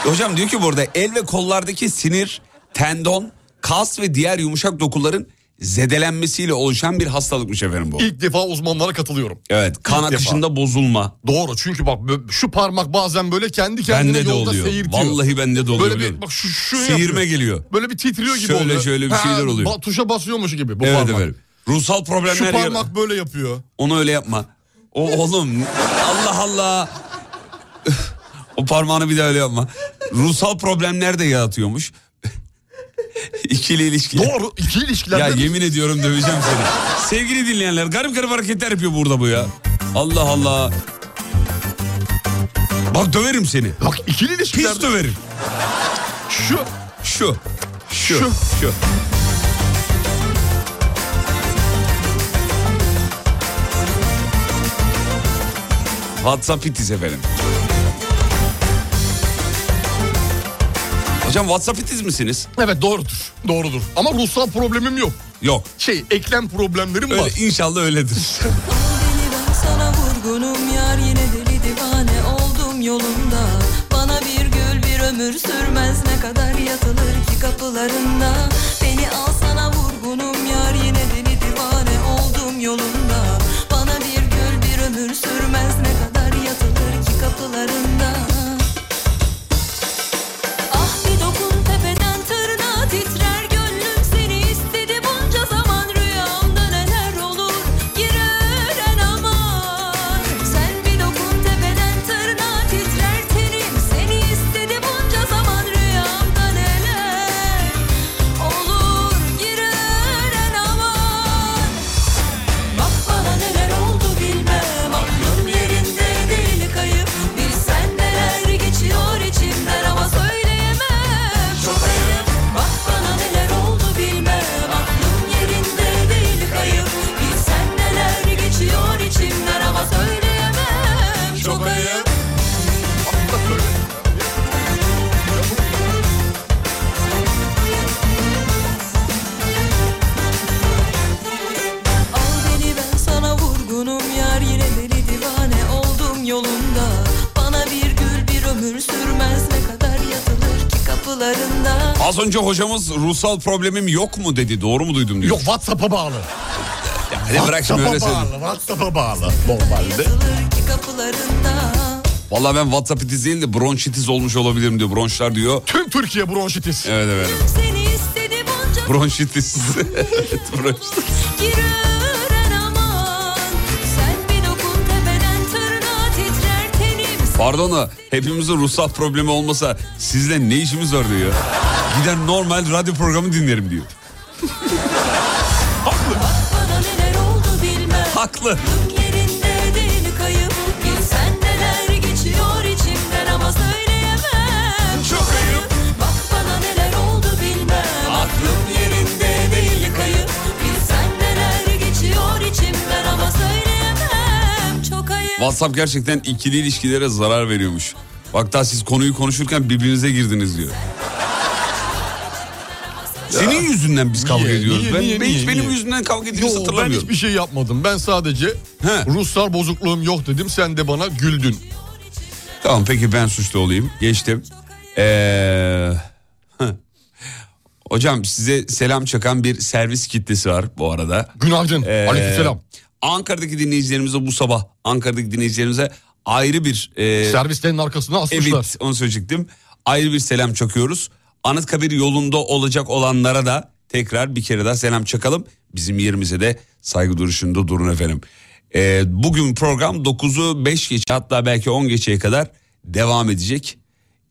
Speaker 2: Hocam diyor ki burada el ve kollardaki sinir, tendon, kas ve diğer yumuşak dokuların zedelenmesiyle oluşan bir hastalıkmış efendim bu.
Speaker 3: İlk defa uzmanlara katılıyorum.
Speaker 2: Evet kan
Speaker 3: İlk defa.
Speaker 2: akışında bozulma.
Speaker 3: Doğru çünkü bak bö- şu parmak bazen böyle kendi kendine
Speaker 2: Bende de
Speaker 3: yolda
Speaker 2: oluyor.
Speaker 3: seyirtiyor.
Speaker 2: Vallahi bende de oluyor.
Speaker 3: Böyle bir
Speaker 2: biliyorum.
Speaker 3: bak şu, şu şey
Speaker 2: Seyirme
Speaker 3: yapıyor.
Speaker 2: geliyor.
Speaker 3: Böyle bir titriyor gibi
Speaker 2: Şöyle
Speaker 3: oluyor.
Speaker 2: şöyle bir şeyler oluyor.
Speaker 3: ba- Tuşa basıyormuş gibi bu
Speaker 2: Evet
Speaker 3: parmak.
Speaker 2: efendim. Ruhsal problemler
Speaker 3: Şu
Speaker 2: yar-
Speaker 3: parmak böyle yapıyor.
Speaker 2: Onu öyle yapma. O oğlum Allah Allah. o parmağını bir daha öyle yapma. Ruhsal problemler de yaratıyormuş. İkili ilişki.
Speaker 3: Doğru iki ilişkilerde
Speaker 2: Ya yemin ediyorum döveceğim seni. Sevgili dinleyenler garip garip hareketler yapıyor burada bu ya. Allah Allah. Bak döverim seni.
Speaker 3: bak ikili ilişkilerde
Speaker 2: Pis döverim.
Speaker 3: şu
Speaker 2: Şu. Şu.
Speaker 3: Şu.
Speaker 2: Şu. WhatsApp itiz efendim. Hocam WhatsApp itiz misiniz?
Speaker 3: evet doğrudur. Doğrudur. Ama ruhsal problemim yok.
Speaker 2: Yok.
Speaker 3: Şey eklem problemlerim
Speaker 2: Öyle,
Speaker 3: var.
Speaker 2: inşallah öyledir.
Speaker 1: Deli ben sana vurgunum yar yine deli divane oldum yolunda Bana bir gül bir ömür sürmez ne kadar yatılır ki kapılarında Beni al sana vurgunum yar yine deli divane oldum yolunda Bana bir gül bir ömür sürmez ne kadar yatılır ki kapılarında Ah bir dokun tepeden tırnağa titrer gönlüm seni istedi bunca zaman rüyamda neler olur girer en aman Sen bir dokun tepeden tırnağa titrer tenim seni istedi bunca zaman rüyamda neler olur girer en aman Bak bana neler oldu bilmem Aklım yerinde değil kayıp Bilsen neler geçiyor içimden Ama söyleyemem Çok ayıp Bak bana neler oldu bilmem Aklım yerinde değil kayıp Bilsen neler geçiyor içimden Ama söyleyemem Çok ayıp Al beni ben sana vurgunum yar yine deli divane oldum yolunda Bana bir gül bir ömür sürmez ne kadar yatılır ki kapılarında
Speaker 2: Az önce hocamız ruhsal problemim yok mu dedi. Doğru mu duydum diyor.
Speaker 3: Yok WhatsApp'a bağlı.
Speaker 2: Hadi bırak şimdi öyle
Speaker 3: WhatsApp'a
Speaker 2: söyle.
Speaker 3: bağlı. WhatsApp'a bağlı. Normalde.
Speaker 1: Yatılır ki kapılarında
Speaker 2: Vallahi ben WhatsApp itiz değil de bronşitiz olmuş olabilirim diyor. Bronşlar diyor.
Speaker 3: Tüm Türkiye bronşitis.
Speaker 2: Evet efendim.
Speaker 1: Seni istedi bunca
Speaker 2: Bronşitiz. evet, bronşitiz.
Speaker 1: girer en aman Sen bir dokun tepeden tırnağa titrer tenim
Speaker 2: Pardon da hepimizin ruhsal problemi olmasa sizle ne işimiz var diyor. Gider normal radyo programı dinlerim diyor.
Speaker 1: Bana neler oldu bilmem
Speaker 2: Haklı.
Speaker 1: Aklım yerinde değil kayıp Bilsen neler geçiyor içimden ama söyleyemem Çok ayıp Bak bana neler oldu bilmem Aklım yerinde değil kayıp Bilsen neler geçiyor içimden ama söyleyemem Çok ayıp
Speaker 2: WhatsApp gerçekten ikili ilişkilere zarar veriyormuş. Bak daha siz konuyu konuşurken birbirinize girdiniz diyor. Senin yüzünden biz kavga
Speaker 3: Niye,
Speaker 2: ediyoruz.
Speaker 3: niye,
Speaker 2: ben,
Speaker 3: niye,
Speaker 2: ben hiç
Speaker 3: niye,
Speaker 2: benim
Speaker 3: niye?
Speaker 2: yüzümden kavga
Speaker 3: Yo,
Speaker 2: ettiğinizi
Speaker 3: ben
Speaker 2: hatırlamıyorum.
Speaker 3: hiçbir şey yapmadım. Ben sadece
Speaker 2: He.
Speaker 3: ruhsal bozukluğum yok dedim. Sen de bana güldün.
Speaker 2: Tamam peki ben suçlu olayım. Geçtim. Ee, hocam size selam çakan bir servis kitlesi var bu arada.
Speaker 3: Günaydın.
Speaker 2: Ee,
Speaker 3: Aleykümselam.
Speaker 2: Ankara'daki dinleyicilerimize bu sabah Ankara'daki dinleyicilerimize ayrı bir e,
Speaker 3: Servislerin arkasına asmışlar.
Speaker 2: evet onu söyleyecektim. Ayrı bir selam çakıyoruz. Anıtkabir yolunda olacak olanlara da tekrar bir kere daha selam çakalım. Bizim yerimize de saygı duruşunda durun efendim. Ee, bugün program 9'u 5 geç hatta belki 10 geçeye kadar devam edecek.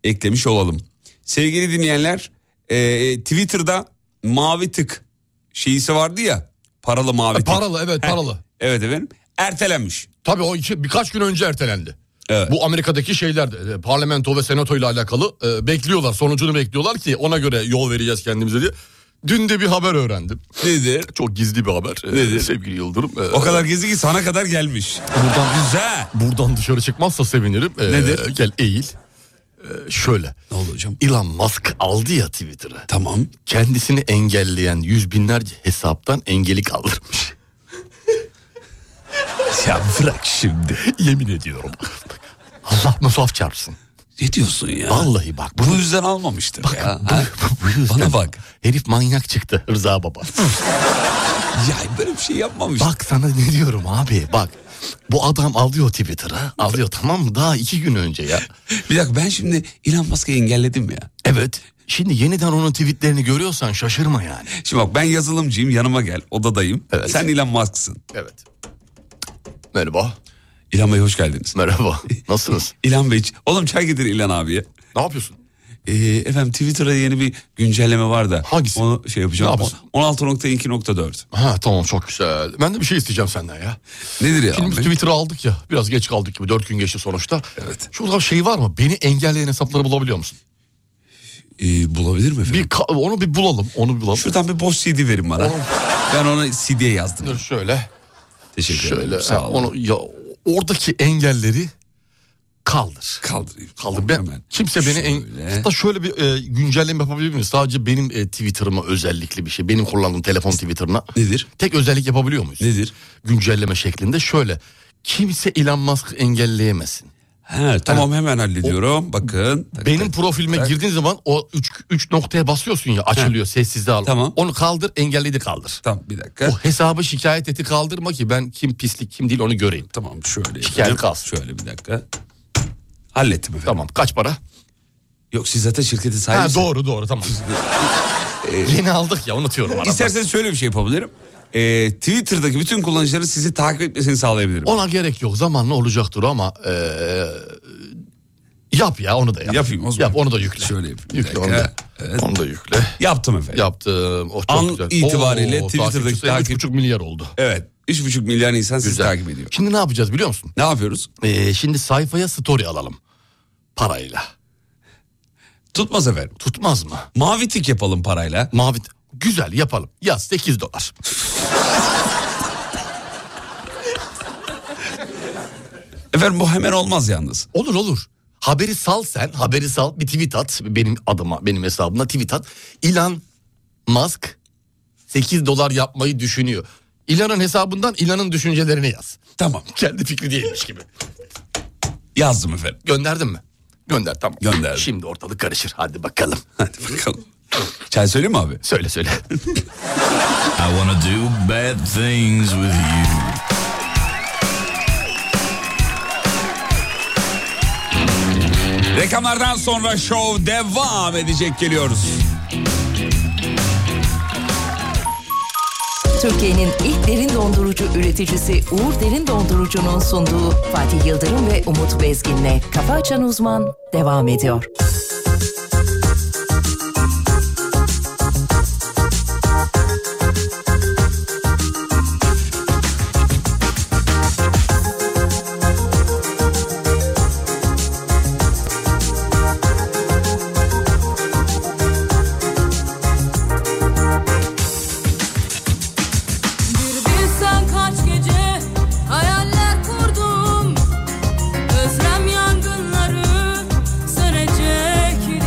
Speaker 2: Eklemiş olalım. Sevgili dinleyenler e, Twitter'da mavi tık şeyisi vardı ya paralı mavi tık.
Speaker 3: E, Paralı evet paralı.
Speaker 2: Evet efendim. Ertelenmiş.
Speaker 3: Tabii o iki, birkaç gün önce ertelendi.
Speaker 2: Evet.
Speaker 3: Bu Amerika'daki şeyler de, e, parlamento ve senato ile alakalı e, bekliyorlar. Sonucunu bekliyorlar ki ona göre yol vereceğiz kendimize diye. Dün de bir haber öğrendim.
Speaker 2: Nedir?
Speaker 3: Çok gizli bir haber. E,
Speaker 2: Nedir?
Speaker 3: Sevgili Yıldırım. e,
Speaker 2: O kadar gizli ki sana kadar gelmiş.
Speaker 3: Buradan,
Speaker 2: Güzel.
Speaker 3: buradan dışarı çıkmazsa sevinirim. E,
Speaker 2: Nedir?
Speaker 3: Gel eğil. E, şöyle.
Speaker 2: Ne oldu hocam?
Speaker 3: Elon Musk aldı ya Twitter'ı.
Speaker 2: Tamam.
Speaker 3: Kendisini engelleyen yüz binlerce hesaptan engeli kaldırmış.
Speaker 2: Ya bırak şimdi.
Speaker 3: Yemin ediyorum. Allah musaf çarpsın.
Speaker 2: Ne diyorsun ya?
Speaker 3: Vallahi bak.
Speaker 2: Bu yüzden almamıştır ya. ha?
Speaker 3: Bu yüzden
Speaker 2: Bana bak.
Speaker 3: Herif manyak çıktı Rıza Baba.
Speaker 2: Ya böyle bir şey yapmamış.
Speaker 3: Bak sana ne diyorum abi bak. Bu adam alıyor Twitter'a. Alıyor tamam mı? Daha iki gün önce ya.
Speaker 2: Bir dakika ben şimdi Elon Musk'ı engelledim ya.
Speaker 3: Evet. Şimdi yeniden onun tweetlerini görüyorsan şaşırma yani.
Speaker 2: Şimdi bak ben yazılımcıyım yanıma gel odadayım.
Speaker 3: Evet.
Speaker 2: Sen Elon Musk'sın.
Speaker 3: Evet. Merhaba.
Speaker 2: İlhan Bey hoş geldiniz.
Speaker 3: Merhaba. Nasılsınız?
Speaker 2: İlhan Bey oğlum çay getir İlhan abiye.
Speaker 3: ne yapıyorsun?
Speaker 2: Ee, efendim Twitter'da yeni bir güncelleme var da.
Speaker 3: Hangisi?
Speaker 2: Onu şey
Speaker 3: Ne
Speaker 2: yapacağım.
Speaker 3: yapıyorsun?
Speaker 2: 16.2.4.
Speaker 3: Ha tamam çok güzel. Ben de bir şey isteyeceğim senden ya.
Speaker 2: Nedir ya?
Speaker 3: Şimdi
Speaker 2: abi?
Speaker 3: biz Twitter'ı aldık ya. Biraz geç kaldık gibi. Dört gün geçti sonuçta. Evet. Şurada şey var mı? Beni engelleyen hesapları bulabiliyor musun?
Speaker 2: Ee, bulabilir mi efendim?
Speaker 3: Bir ka- onu bir bulalım. Onu bir bulalım.
Speaker 2: Şuradan bir boş CD verin bana. Ben ona CD'ye yazdım.
Speaker 3: Dur şöyle.
Speaker 2: Teşekkür
Speaker 3: Şöyle.
Speaker 2: ederim. Sağ
Speaker 3: ha,
Speaker 2: olun.
Speaker 3: onu ya oradaki engelleri kaldır.
Speaker 2: Kaldırayım.
Speaker 3: Kaldır. Ben,
Speaker 2: Hemen.
Speaker 3: kimse beni en,
Speaker 2: Şöyle.
Speaker 3: hatta şöyle bir e, güncelleme yapabilir miyim? Sadece benim e, Twitter'ıma özellikle bir şey. Benim kullandığım telefon Twitter'ına.
Speaker 2: Nedir?
Speaker 3: Tek özellik yapabiliyor muyuz?
Speaker 2: Nedir?
Speaker 3: Güncelleme şeklinde şöyle. Kimse Elon Musk'ı engelleyemesin.
Speaker 2: He, tamam hemen hallediyorum. Bakın. Tak,
Speaker 3: Benim
Speaker 2: tak.
Speaker 3: profilime girdiğin zaman o 3 3 noktaya basıyorsun ya açılıyor sessizde al.
Speaker 2: Tamam.
Speaker 3: Onu kaldır engelledi kaldır.
Speaker 2: Tamam bir dakika.
Speaker 3: O hesabı şikayet eti kaldırma ki ben kim pislik kim değil onu göreyim.
Speaker 2: Tamam şöyle.
Speaker 3: Şikayet
Speaker 2: yapayım.
Speaker 3: kalsın.
Speaker 2: Şöyle bir dakika. Hallettim efendim.
Speaker 3: Tamam kaç para?
Speaker 2: Yok siz zaten şirketin
Speaker 3: Ha,
Speaker 2: sahibisiniz.
Speaker 3: doğru doğru tamam.
Speaker 2: Ee,
Speaker 3: Yeni aldık ya unutuyorum arada.
Speaker 2: İsterseniz şöyle bir şey yapabilirim. Ee, Twitter'daki bütün kullanıcıların sizi takip etmesini sağlayabilirim.
Speaker 3: Ona gerek yok zamanla olacaktır ama eee, yap ya onu da yap.
Speaker 2: Yapayım o zaman.
Speaker 3: Yap onu da yükle.
Speaker 2: Şöyle yapayım, bir
Speaker 3: Yükle onu
Speaker 2: dakika.
Speaker 3: da.
Speaker 2: Evet.
Speaker 3: Onu da yükle.
Speaker 2: Yaptım efendim.
Speaker 3: Yaptım. Oh, çok
Speaker 2: An
Speaker 3: güzel.
Speaker 2: itibariyle
Speaker 3: Oo,
Speaker 2: Twitter'daki
Speaker 3: takipçisi
Speaker 2: takip-
Speaker 3: 3,5 milyar oldu.
Speaker 2: Evet. 3,5 milyar insan sizi
Speaker 3: Güzel.
Speaker 2: takip ediyor.
Speaker 3: Şimdi ne yapacağız biliyor musun?
Speaker 2: Ne yapıyoruz?
Speaker 3: Ee, şimdi sayfaya story alalım. Parayla.
Speaker 2: Tutmaz efendim.
Speaker 3: Tutmaz mı?
Speaker 2: Mavi tik yapalım parayla.
Speaker 3: Mavi güzel yapalım. Yaz 8 dolar.
Speaker 2: Efendim bu hemen olmaz yalnız.
Speaker 3: Olur olur. Haberi sal sen. Haberi sal. Bir tweet at. Benim adıma, benim hesabımda tweet at. Elon Musk 8 dolar yapmayı düşünüyor. Elon'un hesabından Elon'un düşüncelerini yaz.
Speaker 2: Tamam.
Speaker 3: Kendi fikri değilmiş gibi.
Speaker 2: Yazdım efendim.
Speaker 3: Gönderdin mi? Gönder tamam.
Speaker 2: Gönderdim.
Speaker 3: Şimdi ortalık karışır. Hadi bakalım.
Speaker 2: Hadi bakalım. Çay söyleyeyim mi abi?
Speaker 3: Söyle söyle.
Speaker 6: I wanna do bad things with you.
Speaker 2: Reklamlardan sonra show devam edecek geliyoruz.
Speaker 7: Türkiye'nin ilk derin dondurucu üreticisi Uğur Derin Dondurucu'nun sunduğu Fatih Yıldırım ve Umut Bezgin'le Kafa Açan Uzman devam ediyor.
Speaker 10: Bir bilsen kaç gece hayaller kurdum Özlem yangınları sönecek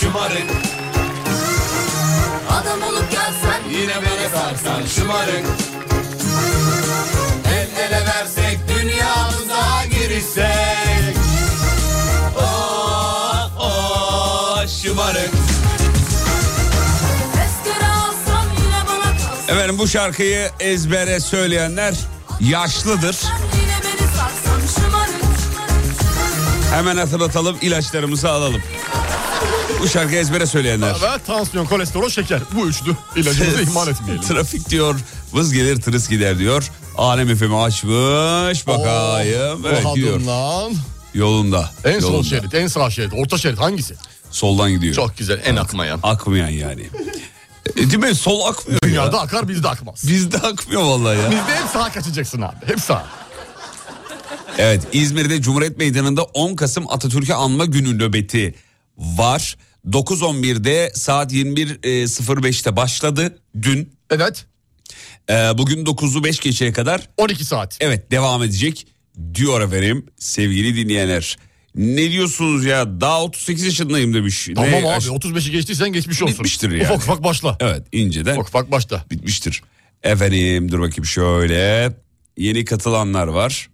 Speaker 11: şımarık
Speaker 1: Adam olup gelsen
Speaker 11: Yine beni sarsan şımarık El ele versek dünyamıza girişsek Oh oh şımarık
Speaker 1: Tezkere alsam yine bana kalsan
Speaker 2: Efendim bu şarkıyı ezbere söyleyenler yaşlıdır.
Speaker 1: Yine beni sarsan şımarık
Speaker 2: Hemen hatırlatalım ilaçlarımızı alalım. Bu şarkı ezbere söyleyenler.
Speaker 3: Ve tansiyon, kolesterol, şeker. Bu üçlü ilacımızı ihmal etmeyelim.
Speaker 2: Trafik diyor vız gelir tırıs gider diyor. Alem efemi açmış bakayım.
Speaker 3: Bu
Speaker 2: evet gidiyor.
Speaker 3: Oh, adımla
Speaker 2: Yolunda.
Speaker 3: En sol
Speaker 2: yolunda.
Speaker 3: şerit, en sağ şerit, orta şerit hangisi?
Speaker 2: Soldan gidiyor.
Speaker 3: Çok güzel, en akmayan.
Speaker 2: Akmayan yani. E, değil mi? Sol akmıyor
Speaker 3: Dünyada
Speaker 2: ya.
Speaker 3: akar bizde akmaz.
Speaker 2: Bizde akmıyor vallahi ya.
Speaker 3: Bizde hep sağa kaçacaksın abi, hep sağa.
Speaker 2: Evet İzmir'de Cumhuriyet Meydanı'nda 10 Kasım Atatürk'ü anma günü nöbeti var. 9.11'de saat 21.05'te başladı dün.
Speaker 3: Evet.
Speaker 2: Ee, bugün 9'u 5 geçeye kadar
Speaker 3: 12 saat.
Speaker 2: evet devam edecek diyor efendim sevgili dinleyenler. Ne diyorsunuz ya daha 38 yaşındayım demiş.
Speaker 3: Tamam
Speaker 2: Ne-
Speaker 3: abi
Speaker 2: aş-
Speaker 3: 35'i geçtiysen geçmiş olsun.
Speaker 2: Bitmiştir yani.
Speaker 3: Ufak ufak başla.
Speaker 2: Evet inceden
Speaker 3: Ufak ufak başla.
Speaker 2: bitmiştir. Efendim dur bakayım şöyle yeni katılanlar var.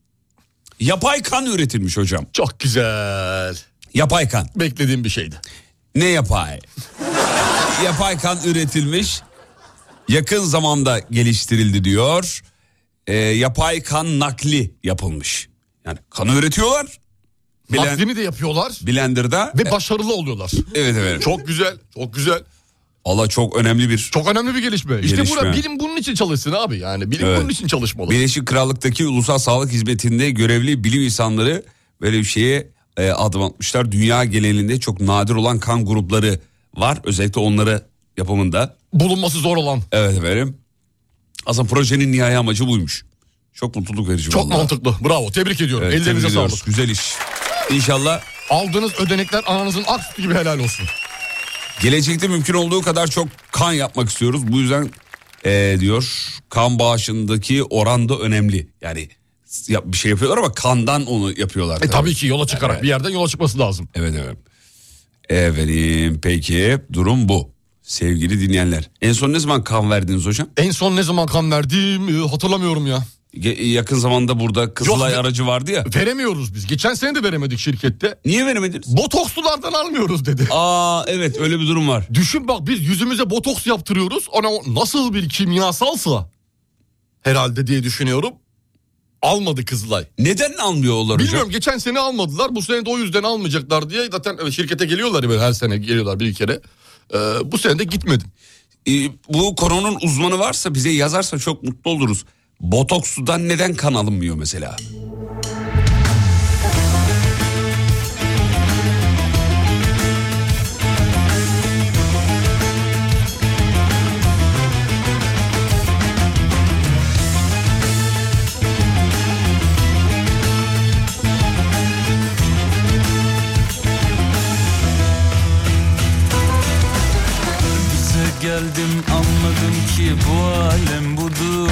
Speaker 2: Yapay kan üretilmiş hocam.
Speaker 3: Çok güzel.
Speaker 2: Yapay kan.
Speaker 3: Beklediğim bir şeydi.
Speaker 2: Ne yapay? yapay kan üretilmiş. Yakın zamanda geliştirildi diyor. Ee, yapay kan nakli yapılmış. Yani kanı üretiyorlar. Blen-
Speaker 3: Naklini de yapıyorlar
Speaker 2: Blender'da.
Speaker 3: ve başarılı oluyorlar.
Speaker 2: Evet evet. Çok...
Speaker 3: Çok güzel, çok güzel.
Speaker 2: Allah çok önemli bir.
Speaker 3: Çok önemli bir gelişme. İşte
Speaker 2: Gelişme.
Speaker 3: buna bilim bunun için çalışsın abi yani. Bilim
Speaker 2: Evet.
Speaker 3: bunun için çalışmalı.
Speaker 2: Birleşik Krallık'taki Ulusal Sağlık Hizmeti'nde görevli bilim insanları böyle bir şeye e, adım atmışlar. Dünya genelinde çok nadir olan kan grupları var. Özellikle onları yapımında.
Speaker 3: Bulunması zor olan.
Speaker 2: Evet efendim. Aslında projenin nihai amacı buymuş. Çok mutluluk verici.
Speaker 3: Çok
Speaker 2: vallahi.
Speaker 3: mantıklı. Bravo. Tebrik ediyorum.
Speaker 2: Evet, tebrik
Speaker 3: Ellerinize
Speaker 2: ediyoruz.
Speaker 3: sağlık.
Speaker 2: Güzel iş. İnşallah
Speaker 3: Aldığınız ödenekler ananızın ak sütü gibi helal olsun.
Speaker 2: gelecekte mümkün olduğu kadar çok kan yapmak istiyoruz. Bu yüzden eee, diyor kan bağışındaki oran da önemli. Yani ya- bir şey yapıyorlar ama kandan onu yapıyorlar.
Speaker 3: E tabii ki yola çıkarak bir yerden yola çıkması lazım.
Speaker 2: Evet evet. Efendim peki durum bu. Sevgili dinleyenler. En son ne zaman kan verdiniz hocam?
Speaker 3: En son ne zaman kan verdim e, hatırlamıyorum ya.
Speaker 2: Ge- yakın zamanda burada Kızılay
Speaker 3: ve-
Speaker 2: aracı vardı ya.
Speaker 3: Veremiyoruz biz. Geçen sene de veremedik şirkette.
Speaker 2: Niye veremediniz?
Speaker 3: Botokslulardan almıyoruz dedi.
Speaker 2: Aa evet öyle bir durum var.
Speaker 3: Düşün bak biz yüzümüze botoks yaptırıyoruz. Ona o nasıl bir kimyasalsa herhalde diye düşünüyorum. Almadı Kızılay.
Speaker 2: Neden almıyorlar hocam?
Speaker 3: Bilmiyorum geçen sene almadılar. Bu sene de o yüzden almayacaklar diye zaten e, şirkete geliyorlar ya böyle her sene geliyorlar bir kere. Ee, bu sene de gitmedim.
Speaker 2: Ee, bu koronun uzmanı varsa bize yazarsa çok mutlu oluruz. Botoksludan neden kan alınmıyor mesela?
Speaker 11: Bize geldim anladım ki bu alem budur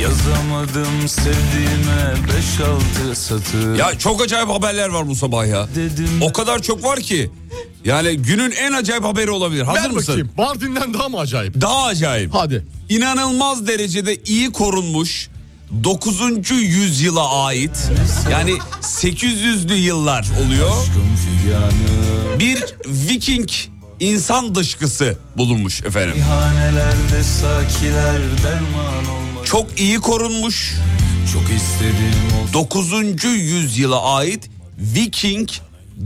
Speaker 11: Yazamadım sevdiğime beş altı satır
Speaker 2: Ya çok acayip haberler var bu sabah ya.
Speaker 11: Dedim
Speaker 2: O kadar çok var ki. Yani günün en acayip haberi olabilir. Hazır
Speaker 3: Ver
Speaker 2: mısın?
Speaker 3: bakayım. Mardin'den daha mı acayip?
Speaker 2: Daha acayip.
Speaker 3: Hadi.
Speaker 2: İnanılmaz derecede iyi korunmuş 9. yüzyıla ait yani 800'lü yıllar oluyor. Bir Viking insan dışkısı bulunmuş efendim.
Speaker 11: hanelerde sakiler derman olmak
Speaker 2: Çok iyi korunmuş.
Speaker 11: Çok istedim o
Speaker 2: 9. yüzyıla ait Viking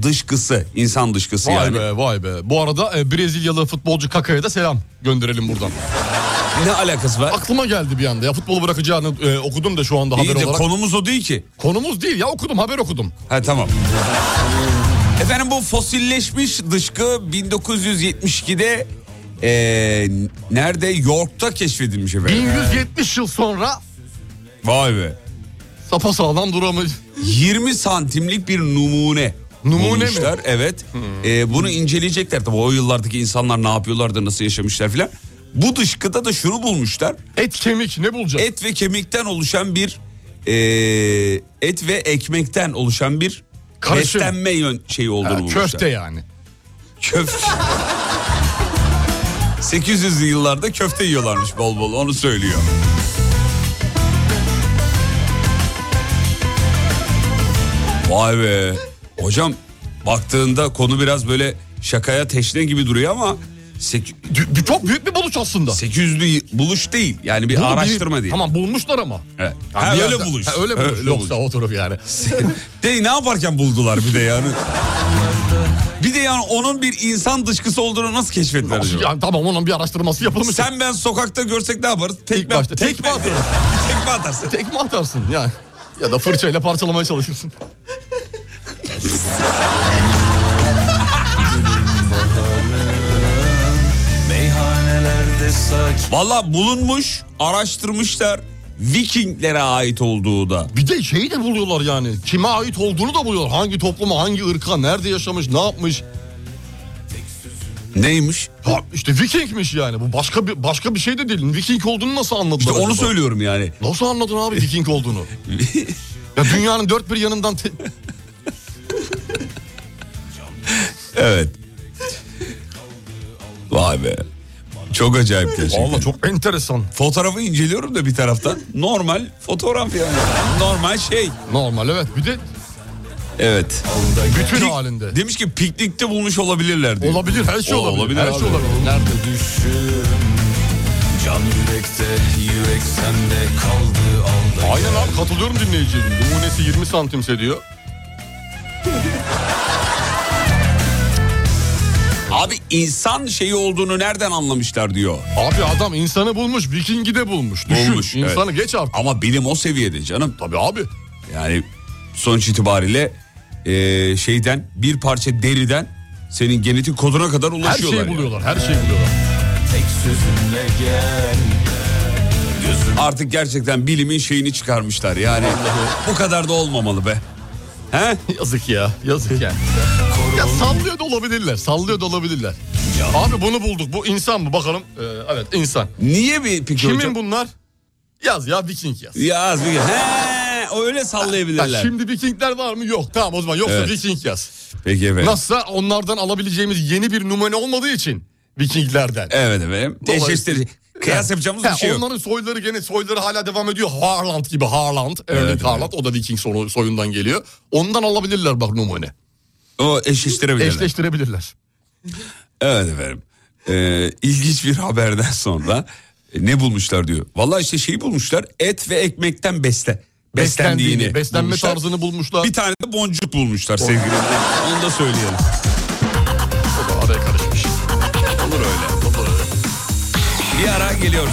Speaker 2: dışkısı, insan dışkısı
Speaker 3: Vay
Speaker 2: yani.
Speaker 3: be vay be. Bu arada e, Brezilyalı futbolcu Kaka'ya da selam gönderelim buradan.
Speaker 2: Ne alakası var?
Speaker 3: Aklıma geldi bir anda ya futbolu bırakacağını e, okudum da şu anda haber
Speaker 2: İyi de
Speaker 3: olarak.
Speaker 2: konumuz o değil ki.
Speaker 3: Konumuz değil ya okudum haber okudum.
Speaker 2: Ha tamam. Efendim bu fosilleşmiş dışkı 1972'de eee, nerede? York'ta keşfedilmiş efendim.
Speaker 3: 1170 yıl sonra
Speaker 2: Vay be.
Speaker 3: sapa sağlam duramı
Speaker 2: 20 santimlik bir numune.
Speaker 3: Numune mi? Hmm.
Speaker 2: bulmuşlar. Evet. Ee, bunu inceleyecekler tabii o yıllardaki insanlar ne yapıyorlardı, nasıl yaşamışlar filan. Bu dışkıda da şunu bulmuşlar.
Speaker 3: Et kemik ne bulacak?
Speaker 2: Et ve kemikten oluşan bir ee, et ve ekmekten oluşan bir
Speaker 3: Karışım.
Speaker 2: beslenme yön şeyi olduğunu
Speaker 3: Ha,
Speaker 2: bulmuşlar.
Speaker 3: köfte yani.
Speaker 2: Köfte. 800'lü yıllarda köfte yiyorlarmış bol bol onu söylüyor. Vay be. Hocam baktığında konu biraz böyle şakaya teşne gibi duruyor ama... Sek...
Speaker 3: Çok büyük bir buluş aslında.
Speaker 2: 800'lü y- buluş değil yani bir
Speaker 3: Bunu
Speaker 2: Şey, araştırma
Speaker 3: bir-
Speaker 2: değil.
Speaker 3: Tamam bulmuşlar ama.
Speaker 2: Evet.
Speaker 3: Yani
Speaker 2: Ha,
Speaker 3: bir
Speaker 2: öyle
Speaker 3: yerde-
Speaker 2: buluş.
Speaker 3: Ha, öyle buluş. Yoksa oturup yani.
Speaker 2: de ne yaparken buldular bir de yani. bir de yani onun bir insan dışkısı olduğunu nasıl keşfettiler
Speaker 3: Nasıl
Speaker 2: acaba?
Speaker 3: yani tamam onun bir araştırması yapılmış.
Speaker 2: Sen ben sokakta görsek ne yaparız? Tekme,
Speaker 3: İlk başta tekme
Speaker 2: tekme,
Speaker 3: atarsın.
Speaker 2: tekme atarsın.
Speaker 3: Tekme atarsın yani. Ya da fırçayla parçalamaya çalışırsın.
Speaker 1: Meyhanelerde sakin
Speaker 2: Valla bulunmuş, araştırmışlar. Vikinglere ait olduğu da.
Speaker 3: Bir de şeyi de buluyorlar yani. Kime ait olduğunu da buluyorlar. Hangi topluma, hangi ırka, nerede yaşamış, ne yapmış.
Speaker 2: Neymiş?
Speaker 3: Ha, işte Vikingmiş yani. Bu başka bir başka bir şey de değil. Viking olduğunu nasıl anladılar?
Speaker 2: İşte onu
Speaker 3: acaba?
Speaker 2: söylüyorum yani.
Speaker 3: Nasıl anladın abi Viking olduğunu? ya dünyanın dört bir yanından te-
Speaker 2: Evet. Vay be. Çok acayip gerçekten.
Speaker 3: Valla çok enteresan.
Speaker 2: Fotoğrafı inceliyorum da bir taraftan. Normal fotoğraf yani. Normal şey.
Speaker 3: Normal evet. Bir de
Speaker 2: Evet.
Speaker 3: bütün
Speaker 2: Pik-
Speaker 3: halinde.
Speaker 2: Demiş ki piknikte bulmuş olabilirler diyor.
Speaker 3: Olabilir her şey
Speaker 2: O
Speaker 3: olabilir.
Speaker 2: olabilir
Speaker 3: her
Speaker 2: abi.
Speaker 3: şey olabilir. Nerede?
Speaker 1: düşün Can yürekte, yürek sende kaldı aldı
Speaker 3: Aynen abi katılıyorum dinleyiciye. Numunesi 20 santimse diyor.
Speaker 2: Abi insan şeyi olduğunu nereden anlamışlar diyor.
Speaker 3: Abi adam insanı bulmuş, Viking'i de bulmuş. Düşün.
Speaker 2: Bulmuş, evet.
Speaker 3: insanı geç artık.
Speaker 2: Ama bilim o seviyede canım.
Speaker 3: Tabii abi.
Speaker 2: Yani sonuç itibariyle e, şeyden bir parça deriden senin genetik koduna kadar
Speaker 3: Her şeyi
Speaker 2: ulaşıyorlar. yani.
Speaker 3: buluyorlar. Her şeyi buluyorlar.
Speaker 1: Tek sözünle gel
Speaker 2: Artık gerçekten bilimin şeyini çıkarmışlar yani. Bu kadar da olmamalı be. He?
Speaker 3: Yazık ya. Yazık ya. Ya sallıyor da olabilirler. Sallıyor da olabilirler. Abi bunu bulduk. Bu insan mı? Bakalım. Ee, evet insan.
Speaker 2: Niye bir peki
Speaker 3: Kimin
Speaker 2: hocam?
Speaker 3: bunlar? Yaz ya Viking yaz.
Speaker 2: Ya az bir He, öyle
Speaker 3: Ya
Speaker 2: sallayabilirler.
Speaker 3: şimdi Vikingler var mı? Yok. Tamam o zaman yoksa
Speaker 2: Evet.
Speaker 3: Viking yaz.
Speaker 2: Peki efendim.
Speaker 3: Nasılsa onlardan alabileceğimiz yeni bir numune olmadığı için Vikinglerden.
Speaker 2: Evet efendim.
Speaker 3: Dolayısıyla-
Speaker 2: Eşleştirici. Kıyas yapacağımız
Speaker 3: Ha,
Speaker 2: bir şey yok.
Speaker 3: Onların soyları gene soyları hala devam ediyor. Haaland gibi Haaland. Erling
Speaker 2: evet.
Speaker 3: Haaland o da Viking soyu- soyundan geliyor. Ondan alabilirler bak numune.
Speaker 2: O eşleştirebilirler.
Speaker 3: Eşleştirebilirler.
Speaker 2: Evet efendim. Ee, ilginç bir haberden sonra e, ne bulmuşlar diyor. Valla işte şeyi bulmuşlar. Et ve ekmekten besle. Beslendiğini.
Speaker 3: beslenme
Speaker 2: bulmuşlar.
Speaker 3: tarzını Oh. bulmuşlar.
Speaker 2: Bir tane de boncuk bulmuşlar sevgili. dinleyiciler. Onu da söyleyelim.
Speaker 3: Araya karışmış.
Speaker 2: Olur öyle. Bir ara geliyoruz.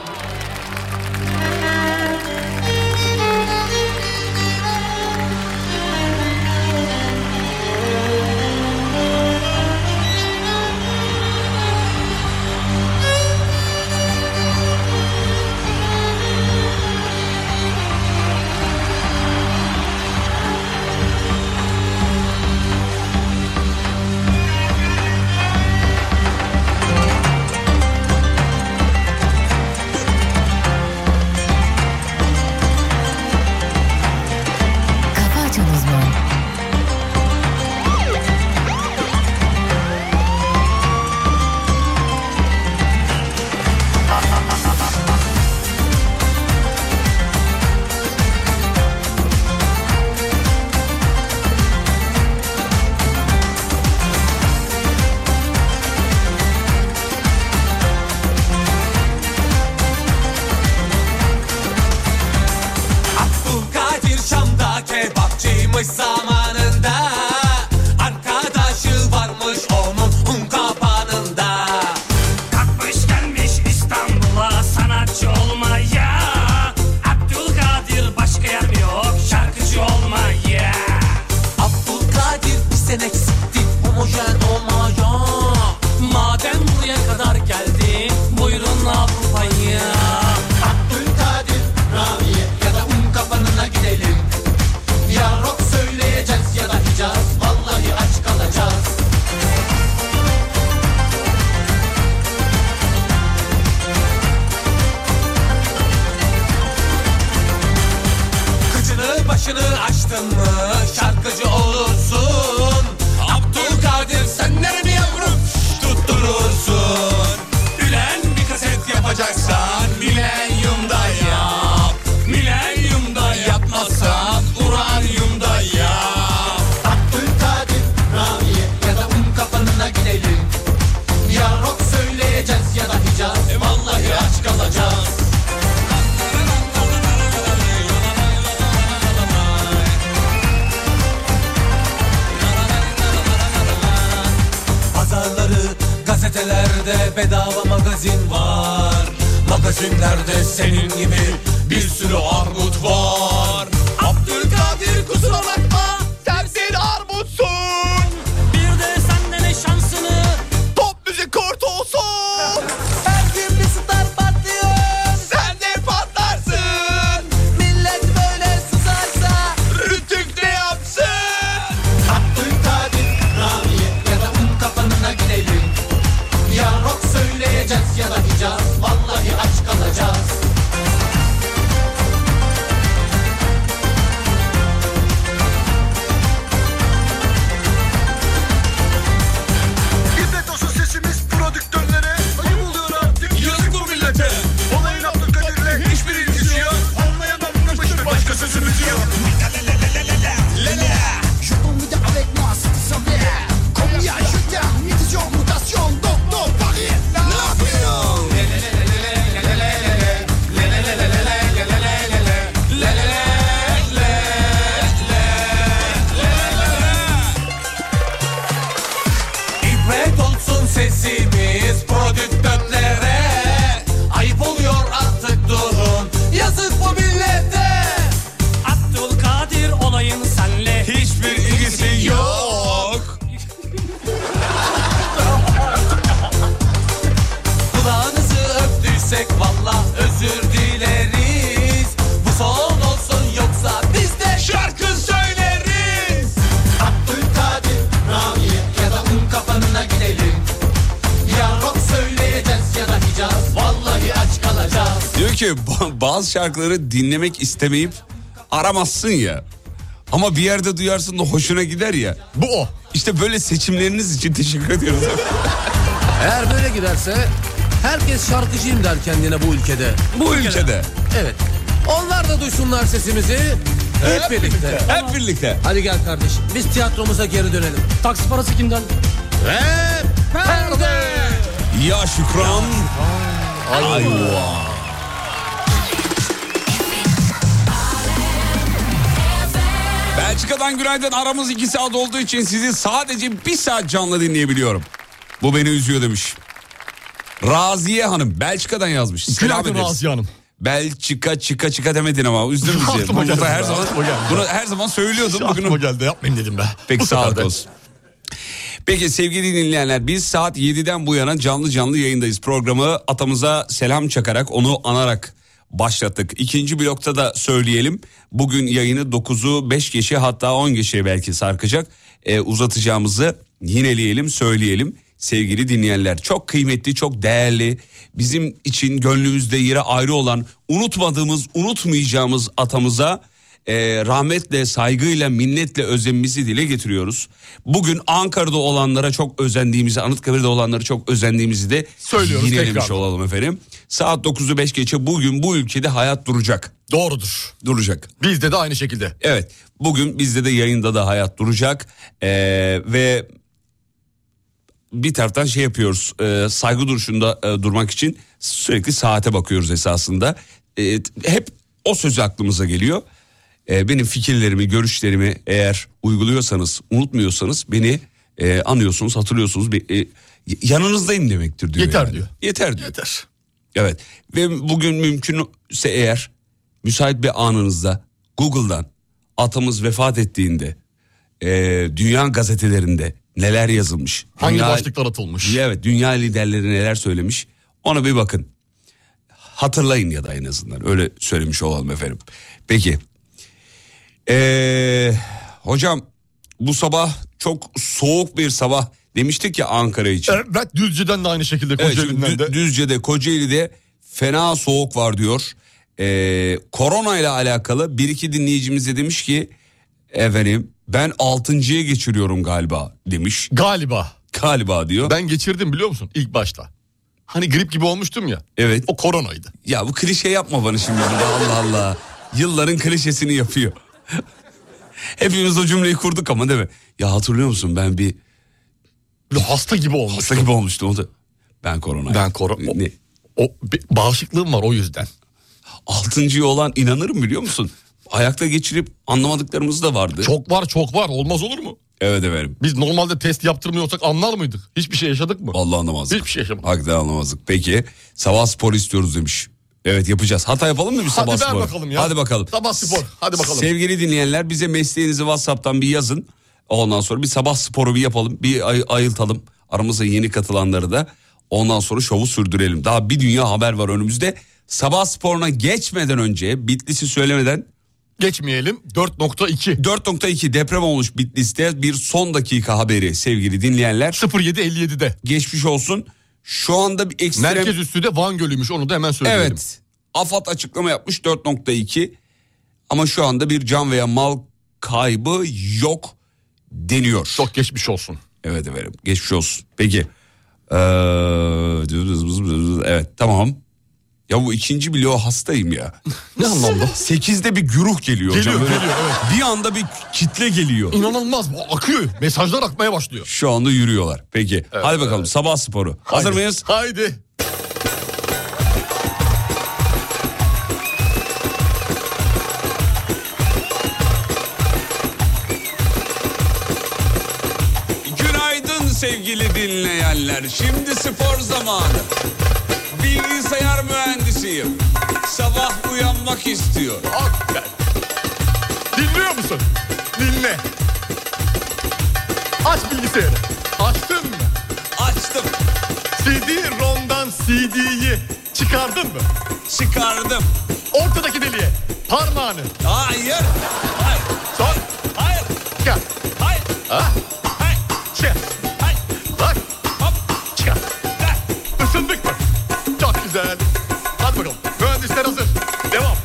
Speaker 7: Kafa Açan Uzman
Speaker 1: Abdülkadir Şam'da kebapçıymış zamanında Arkadaşı varmış onun un kapanında Kalkmış gelmiş İstanbul'a sanatçı olmaya Abdülkadir başka yer mi yok şarkıcı olmaya Abdülkadir bir sene eksikti homojen olmaya Madem buraya kadar geldi buyurun Avrupa'ya Abdülkadir Ramiye ya da un kapanına gidelim Ya rock söyleyeceğiz ya da hicaz Vallahi aç kalacağız Gazetelerde bedava magazin var Magazinlerde senin gibi bir sürü armut var Abdülkadir kusura bakma Sensin armutsun Bir de senden ne şansını Top müzik kortu olsun Her gün bir star patlıyor Sen de patlarsın Millet böyle sızarsa Rütük ne yapsın Abdülkadir Ramiye ya da un kapanına gidelim Ya rock söyleyeceğiz ya da hicaz Vallahi aç kalacağız İzzet olsun sesimiz prodüktörlere Ayıp oluyor artık Yazık bu millete Olayın Abdülkadir'le hiçbir ilgisi yok Anlayan anlamıştır başka sözümüz yok Lele Jupon bir de avec moi c'est ça bien Combien je tiens Mutation mutation Doktor Paris Ne yapıyorsun İbret olsun sesimiz prodüktörlere Ayıp oluyor artık durun Yazık bu millete Abdülkadir olayın senle Hiçbir ilgisi yok Kulağınızı öptüysek valla özür dileriz Bu son olsun yoksa biz de şarkı söyleriz Abdülkadir Ramiye ya da un kafanına gidelim Ya rock söyleyeceğiz ya da hicaz Vallahi aç kalacağız
Speaker 2: Diyor ki ba- bazı şarkıları dinlemek istemeyip aramazsın ya. Ama bir yerde duyarsın da hoşuna gider ya. Bu o. İşte böyle seçimleriniz için teşekkür ediyoruz.
Speaker 3: Eğer böyle giderse herkes şarkıcıyım der kendine bu ülkede.
Speaker 2: Bu ülkede.
Speaker 3: Evet. Onlar da duysunlar sesimizi. Hep,
Speaker 2: Hep
Speaker 3: birlikte.
Speaker 2: birlikte, hep birlikte.
Speaker 3: Hadi gel kardeşim. Biz tiyatromuza geri dönelim. Taksi parası kimden? Hep perde.
Speaker 2: Ya Şükran. Ayva. Belçika'dan günaydın. Aramız iki saat olduğu için sizi sadece bir saat canlı dinleyebiliyorum. Bu beni üzüyor demiş. Raziye Hanım Belçika'dan yazmış. Selam
Speaker 12: Günaydın
Speaker 2: ederiz.
Speaker 12: Raziye Hanım.
Speaker 2: Belçika çıka çıka demedin ama üzdün bizi.
Speaker 12: Aklıma
Speaker 2: Bunu
Speaker 12: geldi
Speaker 2: da her
Speaker 12: ya,
Speaker 2: zaman
Speaker 12: aklıma geldi.
Speaker 2: bunu her zaman söylüyordum. Bugün
Speaker 12: Aklıma geldi yapmayayım dedim be.
Speaker 2: Peki
Speaker 12: Bu
Speaker 2: sağlık
Speaker 12: sefer de.
Speaker 2: olsun. Peki sevgili dinleyenler biz saat 7'den bu yana canlı canlı yayındayız. Programı atamıza selam çakarak onu anarak başlattık. İkinci blokta da söyleyelim. Bugün yayını 9'u 5 geçe hatta 10 geçe belki sarkacak. Ee, uzatacağımızı yineleyelim söyleyelim. Sevgili dinleyenler çok kıymetli çok değerli bizim için gönlümüzde yeri ayrı olan unutmadığımız unutmayacağımız atamıza e, rahmetle, saygıyla, minnetle özlemimizi dile getiriyoruz. Bugün Ankara'da olanlara çok özendiğimizi, Anıtkabir'de olanlara çok özendiğimizi de
Speaker 12: Söylüyoruz
Speaker 2: yinelemiş
Speaker 12: tekrar.
Speaker 2: olalım efendim. Saat 9'u 5 geçe bugün bu ülkede hayat duracak.
Speaker 12: Doğrudur.
Speaker 2: Duracak.
Speaker 12: Bizde de aynı şekilde.
Speaker 2: Evet bugün bizde de yayında da hayat duracak Ee, ve bir taraftan şey yapıyoruz e, saygı duruşunda e, durmak için sürekli saate bakıyoruz esasında. E, t- hep o söz aklımıza geliyor. E, benim fikirlerimi görüşlerimi eğer uyguluyorsanız unutmuyorsanız beni e, anıyorsunuz hatırlıyorsunuz. Bir, e, y- yanınızdayım demektir diyor.
Speaker 12: Yeter
Speaker 2: yani.
Speaker 12: diyor.
Speaker 2: Yeter diyor. Yeter. Evet ve bugün mümkünse eğer müsait bir anınızda Google'dan atamız vefat ettiğinde e, dünya gazetelerinde neler yazılmış.
Speaker 12: Hangi
Speaker 2: dünya,
Speaker 12: başlıklar atılmış?
Speaker 2: Evet dünya liderleri neler söylemiş ona bir bakın. Hatırlayın ya da en azından öyle söylemiş olalım efendim. Peki ee, hocam bu sabah çok soğuk bir sabah demiştik ya Ankara için.
Speaker 12: Evet Düzce'den de aynı şekilde
Speaker 2: Evet, şimdi
Speaker 12: Kocaeli'nden de.
Speaker 2: Dü- Düzce'de, Kocaeli'de fena soğuk var diyor. Ee, korona ile alakalı bir iki dinleyicimiz de demiş ki efendim ben altıncıya geçiriyorum galiba demiş.
Speaker 12: Galiba.
Speaker 2: Galiba diyor.
Speaker 12: Ben geçirdim biliyor musun ilk başta. Hani grip gibi olmuştum ya.
Speaker 2: Evet.
Speaker 12: O koronaydı.
Speaker 2: Ya bu klişe yapma bana şimdi burada Allah Allah. Yılların klişesini yapıyor. Hepimiz o cümleyi kurduk ama değil mi? Ya hatırlıyor musun ben bir...
Speaker 12: hasta gibi olmuştum.
Speaker 2: Hasta gibi olmuştum. O da... Ben korona.
Speaker 12: Ben korona. O, o bir bağışıklığım var o yüzden.
Speaker 2: Altıncıya olan inanırım biliyor musun? Ayakta geçirip anlamadıklarımız da vardı.
Speaker 12: Çok var çok var olmaz olur mu?
Speaker 2: Evet efendim.
Speaker 13: Biz normalde test yaptırmıyorsak anlar mıydık? Hiçbir şey yaşadık mı?
Speaker 2: Allah anlamazdık.
Speaker 13: Hiçbir şey yaşamadık.
Speaker 2: Hakikaten anlamazdık. Peki sabah spor istiyoruz demiş. Evet yapacağız. Hata yapalım mı bir sabah
Speaker 13: Hadi ver
Speaker 2: spor?
Speaker 13: bakalım ya.
Speaker 2: Hadi bakalım.
Speaker 13: Sabah spor. Hadi bakalım.
Speaker 2: Sevgili dinleyenler bize mesleğinizi WhatsApp'tan bir yazın. Ondan sonra bir sabah sporu bir yapalım. Bir ay- ayıltalım. Aramıza yeni katılanları da. Ondan sonra şovu sürdürelim. Daha bir dünya haber var önümüzde. Sabah sporuna geçmeden önce Bitlis'i söylemeden
Speaker 13: geçmeyelim. 4.2.
Speaker 2: 4.2 deprem olmuş Bitlis'te bir son dakika haberi sevgili dinleyenler.
Speaker 13: 07.57'de.
Speaker 2: Geçmiş olsun. Şu anda bir ekstrem...
Speaker 13: Merkez üstü de Van Gölü'ymüş onu da hemen söyleyelim.
Speaker 2: Evet. AFAD açıklama yapmış 4.2 ama şu anda bir can veya mal kaybı yok deniyor. Çok
Speaker 13: geçmiş olsun.
Speaker 2: Evet efendim geçmiş olsun. Peki. Ee, evet tamam. Ya bu ikinci bloğu hastayım ya.
Speaker 13: ne anlamda?
Speaker 2: Sekizde bir güruh geliyor. hocam.
Speaker 13: Geliyor
Speaker 2: Böyle
Speaker 13: geliyor evet.
Speaker 2: Bir anda bir kitle geliyor.
Speaker 13: İnanılmaz bu akıyor. Mesajlar akmaya başlıyor.
Speaker 2: Şu anda yürüyorlar. Peki hadi bakalım sabah sporu. Hazır mıyız?
Speaker 13: Haydi.
Speaker 2: Günaydın sevgili dinleyenler. Şimdi spor zamanı. Bilgisayar mühendisiyim. Sabah uyanmak istiyorum.
Speaker 13: Dinliyor musun? Dinle. Aç bilgisayarı. Açtın mı?
Speaker 2: Açtım.
Speaker 13: CD-ROM'dan CD'yi çıkardın mı?
Speaker 2: Çıkardım.
Speaker 13: Ortadaki deliğe parmağını.
Speaker 2: Hayır. Hayır.
Speaker 13: Son.
Speaker 2: Hayır.
Speaker 13: Çıkar.
Speaker 2: Hayır.
Speaker 13: Ha? Hayır. Çıkar. Hayır. Bak. Hop. Çıkar. Ver. Isındık mı? Çok güzel. Hadi bakalım. Mühendisler hazır. Devam.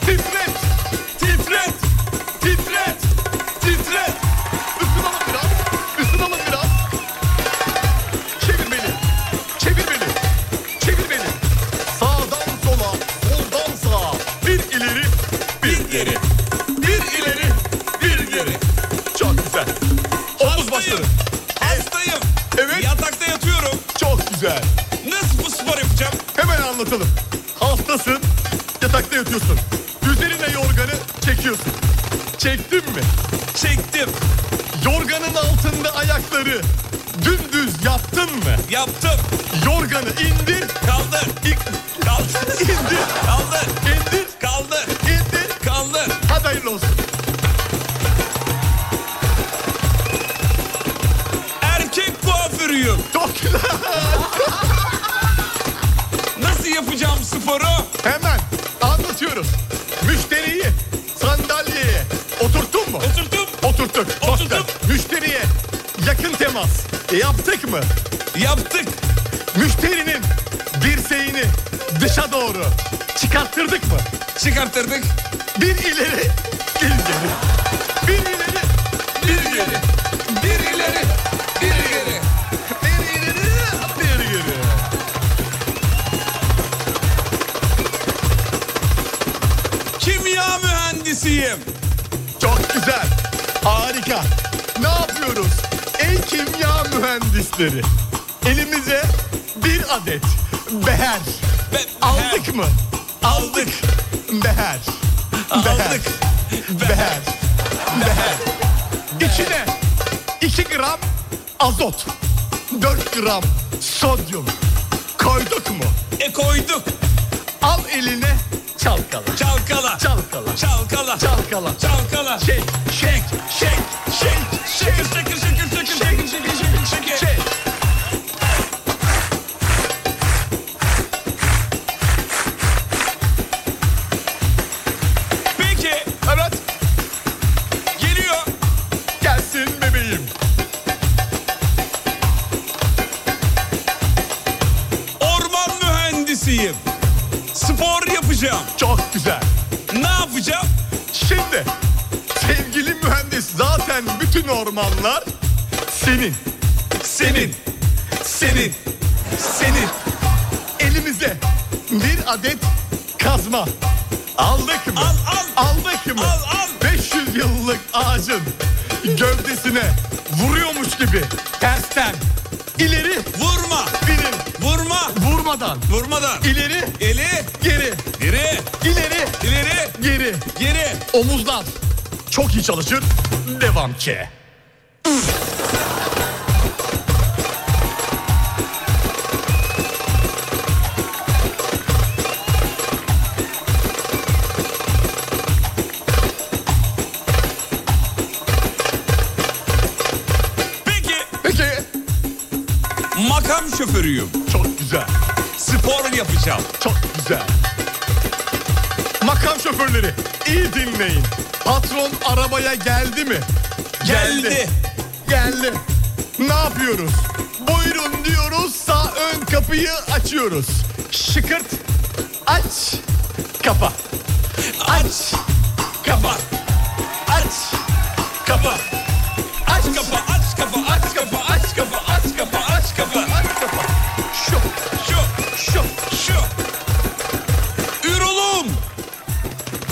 Speaker 13: Titret. Titret. Titret. Titret. Isınalım biraz. Isınalım biraz. Çevir beni. Çevir beni. Çevir beni. Sağdan sola, soldan sağa. Bir ileri, bir geri. Bir ileri, bir geri. Çok güzel. Omuz başları.
Speaker 2: Hastayım.
Speaker 13: Evet.
Speaker 2: Yatakta yatıyorum.
Speaker 13: Çok güzel.
Speaker 2: Nasıl bu spor yapacağım?
Speaker 13: Hemen anlatalım. Hastasın, yatakta yatıyorsun. Üzerine yorganı çekiyorsun. Çektin mi?
Speaker 2: Çektim.
Speaker 13: Yorganın altında ayakları dümdüz yaptın mı?
Speaker 2: Yaptım.
Speaker 13: Yorganı indir.
Speaker 2: Kaldır. Kaldır.
Speaker 13: İndir.
Speaker 2: Kaldır.
Speaker 13: İndir.
Speaker 2: Kaldır.
Speaker 13: İndir.
Speaker 2: Kaldır.
Speaker 13: Hadi hayırlı olsun.
Speaker 2: Erkek kuaförüyüm.
Speaker 13: Çok güzel.
Speaker 2: Nasıl yapacağım sporu?
Speaker 13: Hemen anlatıyoruz. Müşteriyi sandalyeye oturttun mu?
Speaker 2: Oturttum.
Speaker 13: Oturttuk. Çok güzel. Müşteriye yakın temas. E, yaptık mı?
Speaker 2: Yaptık.
Speaker 13: Müşterinin dirseğini dışa doğru çıkarttırdık mı?
Speaker 2: Çıkarttırdık.
Speaker 13: Bir ileri, bir geri. Bir ileri, bir geri.
Speaker 2: Bir ileri. Bir ileri.
Speaker 13: Bir ileri, bir geri.
Speaker 2: Kimya mühendisiyim.
Speaker 13: Çok güzel. Harika. Ne yapıyoruz? Ey kimya mühendisleri. Elimize bir adet beher. Aldık mı? Aldık. Beher. Beher. Beher. Beher. İçine 2 gram azot, 4 gram sodyum koyduk mu?
Speaker 2: E koyduk.
Speaker 13: Al eline çalkala.
Speaker 2: Çalkala.
Speaker 13: Çalkala.
Speaker 2: Çalkala.
Speaker 13: Çalkala.
Speaker 2: Çalkala.
Speaker 13: Şek, şek, şek, şek, şek.
Speaker 2: Şekil şekil şekil şekil şekil şekil şekil şekil.
Speaker 13: Şey.
Speaker 2: Peki
Speaker 13: Evet,
Speaker 2: geliyor.
Speaker 13: gelsin bebeğim.
Speaker 2: Orman mühendisiyim. Spor yapacağım.
Speaker 13: Çok güzel.
Speaker 2: Ne yapacağım?
Speaker 13: Şimdi sevgili mühendis zaten bütün ormanlar senin.
Speaker 2: Senin. Senin. Senin.
Speaker 13: Elimize bir adet kazma. Aldık mı?
Speaker 2: Al al.
Speaker 13: Aldık mı?
Speaker 2: Al, al.
Speaker 13: 500 yıllık ağacın gövdesine vuruyormuş gibi tersten ileri
Speaker 2: Vurma.
Speaker 13: birin
Speaker 2: Vurma.
Speaker 13: vurma Vurmadan.
Speaker 2: Vurmadan.
Speaker 13: İleri.
Speaker 2: İleri.
Speaker 13: Geri.
Speaker 2: Geri.
Speaker 13: İleri.
Speaker 2: İleri.
Speaker 13: Geri.
Speaker 2: Geri.
Speaker 13: Omuzlar. Çok iyi çalışır. Devam ki.
Speaker 2: Peki.
Speaker 13: Peki.
Speaker 2: Makam şoförüyüm.
Speaker 13: Çok güzel.
Speaker 2: Spor yapacağım.
Speaker 13: Çok güzel. Makam şoförleri iyi dinleyin. Patron arabaya geldi mi?
Speaker 2: Geldi.
Speaker 13: Geldi. Ne yapıyoruz? Buyurun diyoruz sağ ön kapıyı açıyoruz. Şıkırt. Aç. Kapa. Aç. Kapa. Aç. Kapa. Aç
Speaker 2: kapa, aç kapa, aç kapa, aç kapa, aç kapa, aç kapa, aç
Speaker 13: kapa. Şu,
Speaker 2: şu,
Speaker 13: şu,
Speaker 2: şu. Ürolum.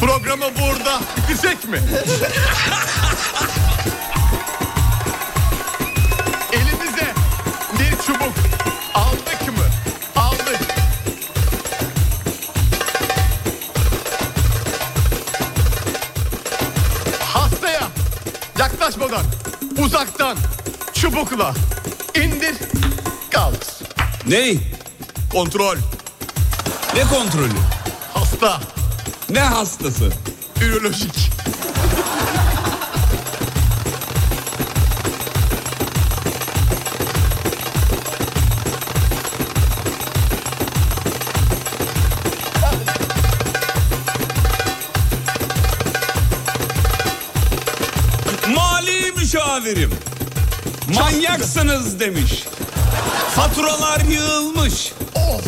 Speaker 13: Programı burada bitirsek mi? Elimize bir çubuk aldık mı? Aldık. Hastaya yaklaşmadan, uzaktan çubukla indir, kaldır.
Speaker 2: Ney?
Speaker 13: Kontrol.
Speaker 2: Ne kontrolü?
Speaker 13: Hasta.
Speaker 2: Ne hastası?
Speaker 13: Ürolojik.
Speaker 2: Mali müşavirim. Manyaksınız demiş. Faturalar yığılmış.
Speaker 13: Of.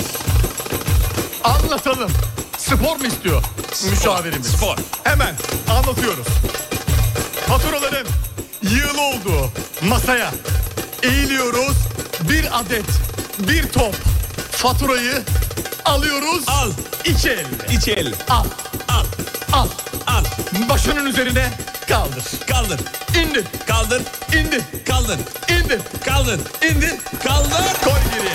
Speaker 13: Anlatalım. Spor mu istiyor müşavirimiz?
Speaker 2: spor.
Speaker 13: Hemen anlatıyoruz. Faturaların yığılı olduğu masaya eğiliyoruz. Bir adet, bir top faturayı alıyoruz.
Speaker 2: Al.
Speaker 13: İki elle.
Speaker 2: İç el.
Speaker 13: Al,
Speaker 2: Al.
Speaker 13: al.
Speaker 2: Al.
Speaker 13: Başının üzerine kaldır.
Speaker 2: Kaldır.
Speaker 13: İndir,
Speaker 2: Kaldır.
Speaker 13: indir,
Speaker 2: Kaldır.
Speaker 13: indir,
Speaker 2: Kaldır.
Speaker 13: indir.
Speaker 2: Kaldır.
Speaker 13: Koy geriye.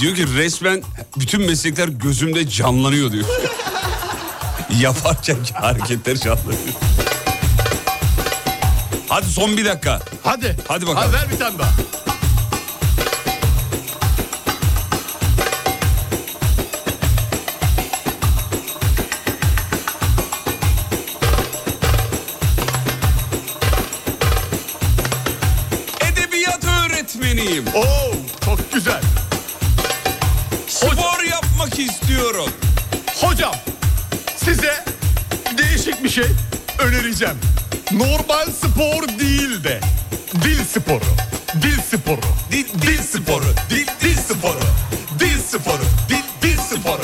Speaker 2: Diyor ki resmen bütün meslekler gözümde canlanıyor diyor. Yaparken hareketler canlanıyor. Hadi son bir dakika.
Speaker 13: Hadi.
Speaker 2: Hadi bakalım.
Speaker 13: Hadi ver bir tane daha.
Speaker 2: Edebiyat öğretmeniyim.
Speaker 13: Oo, çok güzel.
Speaker 2: Spor yapmak istiyorum.
Speaker 13: Hocam size değişik bir şey önereceğim. Normal spor değil de dil sporu. Dil sporu.
Speaker 2: Dil, dil sporu. Dil, dil sporu.
Speaker 13: Dil sporu. Dil, dil sporu.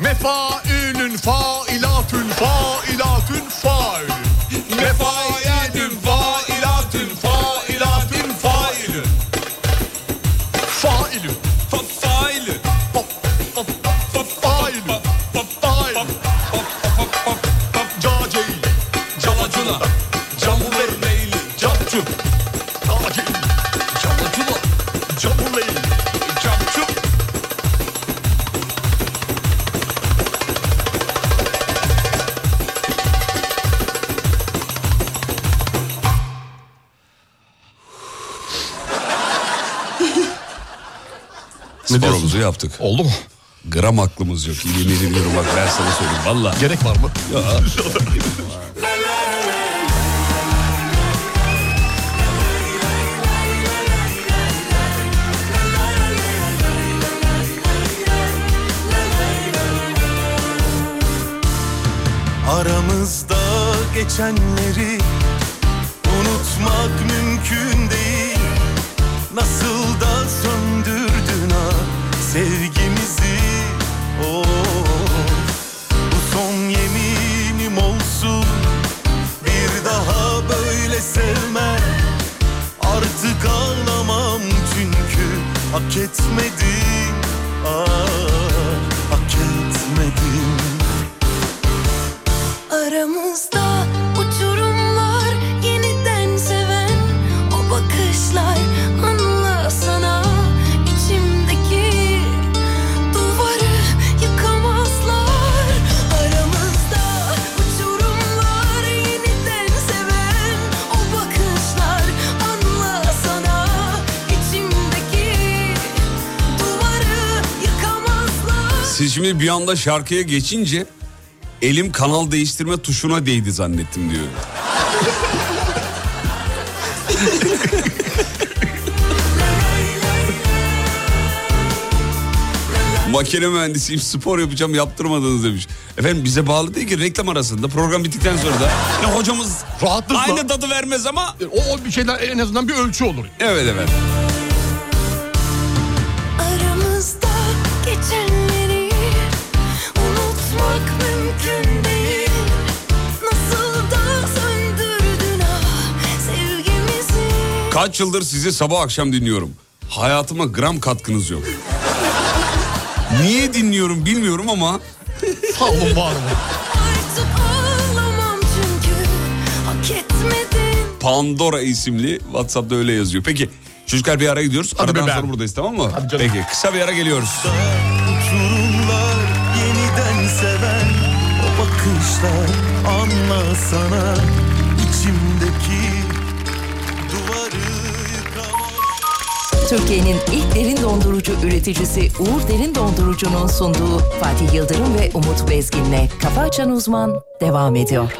Speaker 13: Mefailün failatün failatün failün. Mefailün failatün failatün failün. Failün.
Speaker 2: Fa faili.
Speaker 13: Fa- fa- fa- Failün. Failün. Cacey,
Speaker 2: Calacuna.
Speaker 13: camul
Speaker 2: Meyli.
Speaker 13: capçup. Cacey,
Speaker 2: Calacuna.
Speaker 13: camul değil,
Speaker 2: Capçup. Sporumuzu yaptık.
Speaker 13: Oldu mu?
Speaker 2: Gram aklımız yok. Yemin ediyorum bak ben sana söyleyeyim. Valla.
Speaker 13: Gerek var mı?
Speaker 4: Aramızda geçenleri unutmak mümkün değil Nasıl da söndürdün ha sevgimizi oh, Bu son yeminim olsun bir daha böyle sevme Artık ağlamam çünkü
Speaker 5: etmedim ah, Hak etmedim
Speaker 1: Aramızda uçurumlar yeniden seven o bakışlar anla sana içimdeki duvarı yıkamazlar. Aramızda uçurumlar yeniden seven o bakışlar anla sana içimdeki duvarı yıkamazlar.
Speaker 2: Siz şimdi bir anda şarkıya geçince elim kanal değiştirme tuşuna değdi zannettim diyor. Makine mühendisiyim spor yapacağım yaptırmadınız demiş. Efendim bize bağlı değil ki reklam arasında program bittikten sonra da yine hocamız
Speaker 3: Rahatlıkla.
Speaker 2: aynı tadı vermez ama
Speaker 3: O, o bir şeyler en azından bir ölçü olur.
Speaker 2: evet evet.
Speaker 1: Aramızda geçenleri unutmak mümkün değil. Nasıl da söndürdün ah sevgimizi.
Speaker 2: Kaç yıldır sizi sabah akşam dinliyorum. Hayatıma gram katkınız yok. Niye dinliyorum bilmiyorum ama
Speaker 3: sağ olun var olun.
Speaker 1: Artık ağlamam çünkü hak etmedin.
Speaker 2: Pandora isimli WhatsApp'ta öyle yazıyor. Peki çocuklar bir ara gidiyoruz. Aradan sonra buradayız tamam mı? Peki kısa bir ara geliyoruz.
Speaker 5: Uçurumlar yeniden seven O bakışlar anla sana içimdeki duvarı
Speaker 7: Türkiye'nin ilk derin dondurucu üreticisi Uğur Derin Dondurucu'nun sunduğu Fatih Yıldırım ve Umut Bezgin'le Kafa Açan Uzman devam ediyor.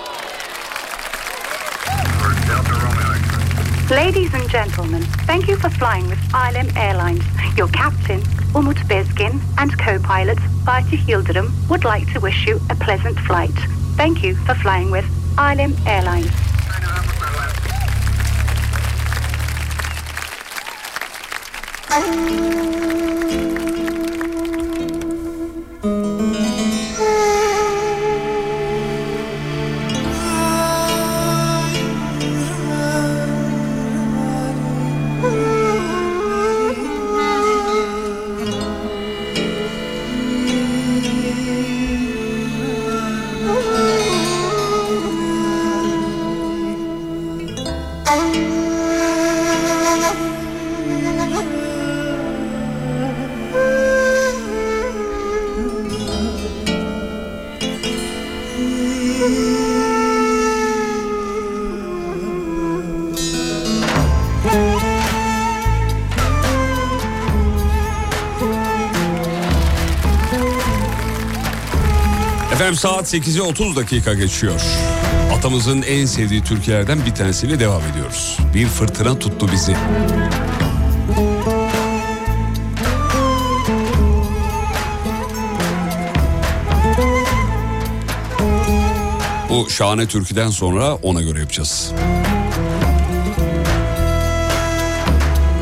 Speaker 14: Ladies and gentlemen, thank you for flying with ILM Airlines. Your captain, Umut Bezgin, and co-pilot Fatih Yıldırım would like to wish you a pleasant flight. Thank you for flying with ILM Airlines.
Speaker 2: Efendim saat 8'e 30 dakika geçiyor. Atamızın en sevdiği türkülerden bir tanesiyle devam ediyoruz. Bir fırtına tuttu bizi. Bu şahane türküden sonra ona göre yapacağız.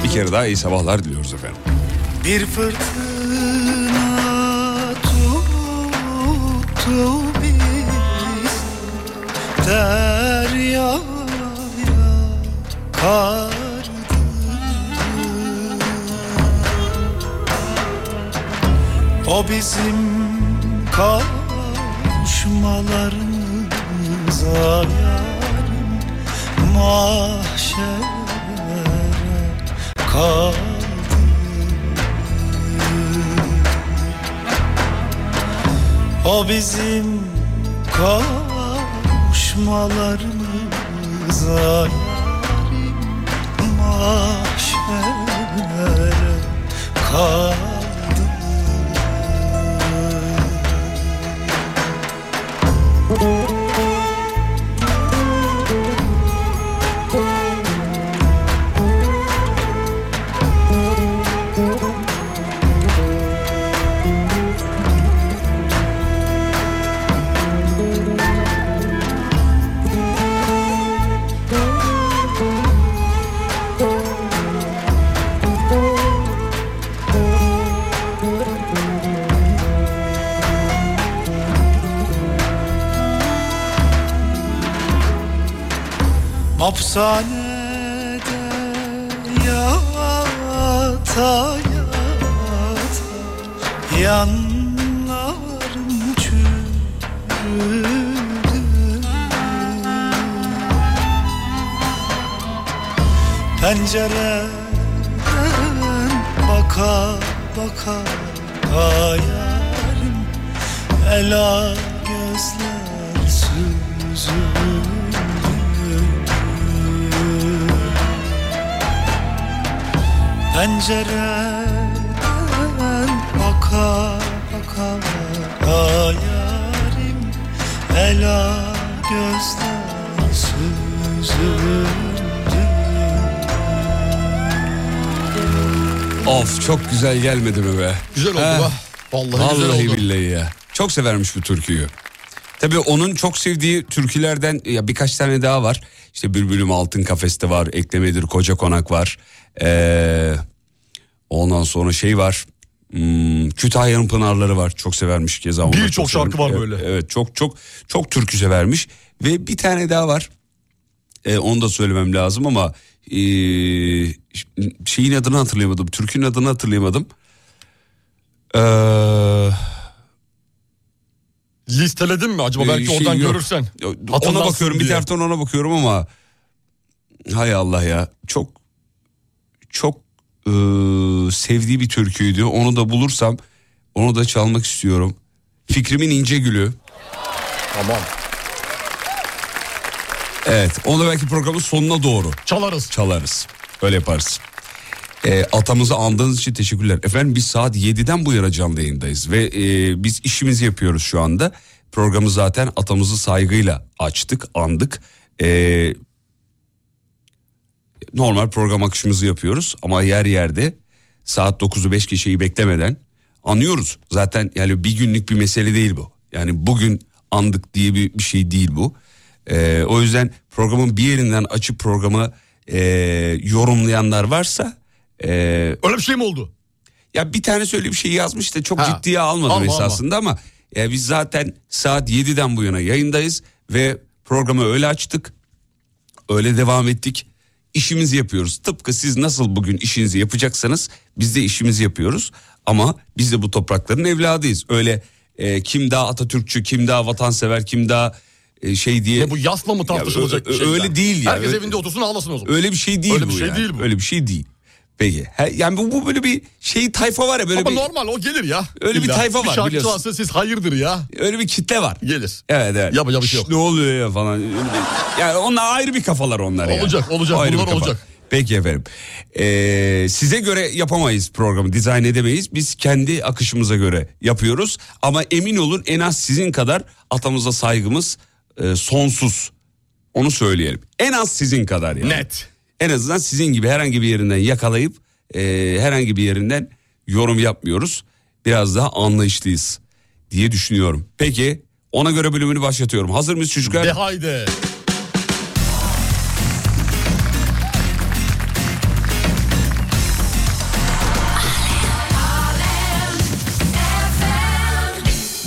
Speaker 2: Bir kere daha iyi sabahlar diliyoruz efendim.
Speaker 5: Bir fırtına tuttu bizi Deryaya kardı O bizim kavuşmalarımıza yarim Mahşere kaldı O bizim kavuşmalarımıza yarim mahşere kaldı Hapishanede yata yata Yanlarım çürüdü Pencereden baka baka hayalim Ela gözler süzüldü Pencereden baka baka Hayalim ela gözler süzüldü
Speaker 2: Of çok güzel gelmedi mi be?
Speaker 3: Güzel oldu
Speaker 2: He.
Speaker 3: bak. Vallahi, güzel oldu.
Speaker 2: billahi ya. Çok severmiş bu türküyü. Tabii onun çok sevdiği türkülerden ya birkaç tane daha var. İşte Bülbülüm Altın Kafeste var, Eklemedir Koca Konak var. Ee, ondan sonra şey var. Hmm, Kütahya'nın pınarları var. Çok severmiş Keza. onu da
Speaker 3: Birçok
Speaker 2: çok
Speaker 3: şarkı
Speaker 2: severmiş.
Speaker 3: var
Speaker 2: Evet, Evet çok çok çok türkü severmiş. Ve bir tane daha var. Ee, onu da söylemem lazım ama ee, şeyin adını hatırlayamadım. Türkünün adını hatırlayamadım. Ee, Eee
Speaker 3: Listeledin mi acaba?
Speaker 2: Ee,
Speaker 3: Belki
Speaker 2: şey
Speaker 3: oradan
Speaker 2: yok.
Speaker 3: görürsen.
Speaker 2: Ona
Speaker 3: Hatırlarsın
Speaker 2: bakıyorum bir
Speaker 3: diye.
Speaker 2: taraftan ona bakıyorum ama hay Allah ya çok çok eee, sevdiği bir türküydü. Onu da bulursam onu da çalmak istiyorum. Fikrimin ince gülü.
Speaker 3: Tamam.
Speaker 2: Evet onu da belki programın sonuna doğru.
Speaker 3: Çalarız.
Speaker 2: Çalarız. Öyle yaparız. Ee, atamızı andığınız için teşekkürler. Efendim biz saat 7'den bu yana canlı yayındayız ve e, biz işimizi yapıyoruz şu anda. Programı zaten atamızı saygıyla açtık, andık. Ee, normal program akışımızı yapıyoruz ama yer yerde saat 9'u 5 geçeyi beklemeden anıyoruz. Zaten yani bir günlük bir mesele değil bu. Yani bugün andık diye bir, bir şey değil bu. Ee, o yüzden programın bir yerinden açıp programı e, yorumlayanlar varsa... Öyle bir şey mi oldu? Ya bir tane söyle bir şey yazmış da çok ciddiye almadım
Speaker 3: Alma, alma.
Speaker 2: esasında ama... e, biz zaten saat 7'den bu yana yayındayız ve programı öyle açtık. Öyle devam ettik. İşimizi yapıyoruz. Tıpkı siz nasıl bugün işinizi yapacaksanız biz de işimizi yapıyoruz. Ama biz de bu toprakların evladıyız. Öyle e, kim daha Atatürkçü, kim daha vatansever, kim daha e, şey diye.
Speaker 3: Ya bu yasla mı tartışılacak
Speaker 2: Ya, ö-
Speaker 3: bir şey?
Speaker 2: ö- Öyle değil ya.
Speaker 3: Herkes
Speaker 2: Ö-
Speaker 3: evinde otursun ağlasın o zaman.
Speaker 2: Öyle bir şey değil
Speaker 3: Öyle
Speaker 2: bu
Speaker 3: bir şey
Speaker 2: yani.
Speaker 3: değil bu.
Speaker 2: Öyle bir şey değil. Peki. He- yani bu, bu böyle bir şey tayfa var ya böyle
Speaker 3: Ama
Speaker 2: bir.
Speaker 3: normal o gelir ya.
Speaker 2: Öyle bir
Speaker 3: İlla.
Speaker 2: tayfa var
Speaker 3: Bir şarkı
Speaker 2: biliyorsun.
Speaker 3: çalarsa siz hayırdır ya.
Speaker 2: Öyle bir kitle var.
Speaker 3: Gelir.
Speaker 2: Evet evet.
Speaker 3: Yapacak bir şey
Speaker 2: Şşş, Ne oluyor ya falan. Yani onlar ayrı bir kafalar onlar yani.
Speaker 3: Olacak, olacak.
Speaker 2: O ayrı
Speaker 3: Bunlar
Speaker 2: bir kafa.
Speaker 3: olacak.
Speaker 2: Peki efendim. Ee, size göre yapamayız programı, dizayn edemeyiz. Biz kendi akışımıza göre yapıyoruz. Ama emin olun en az sizin kadar atamıza saygımız e, sonsuz. Onu söyleyelim. En az sizin kadar yani. Net. En azından sizin gibi herhangi bir yerinden yakalayıp e, herhangi bir yerinden yorum yapmıyoruz. Biraz daha anlayışlıyız diye düşünüyorum. Peki ona göre bölümünü başlatıyorum. Hazır mıyız çocuklar?
Speaker 3: De haydi.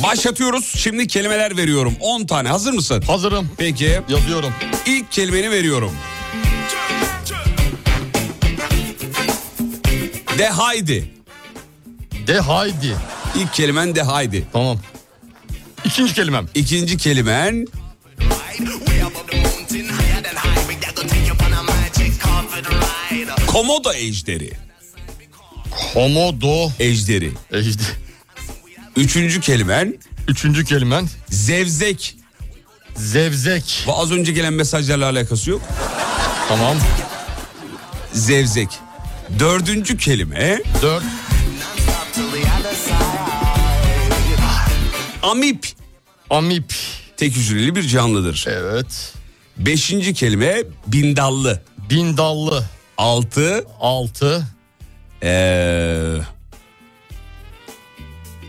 Speaker 2: Başlatıyoruz. Şimdi kelimeler veriyorum. 10 tane. Hazır mısın? Hazırım. Peki. Yazıyorum. İlk kelimeni veriyorum. De haydi. De haydi. İlk kelimen de haydi. Tamam. İkinci kelimem. İkinci kelimen komodo ejderi. Komodo ejderi.
Speaker 3: E,
Speaker 2: Ejderi. Üçüncü kelimen. Üçüncü kelimen. Zevzek. Zevzek. Ve az önce gelen mesajlarla alakası yok. Tamam. Zevzek. Dördüncü kelime. Dört. Amip. Amip. Tek hücreli bir canlıdır. Evet. Beşinci kelime bindallı. Bindallı. Altı. Altı. Ee,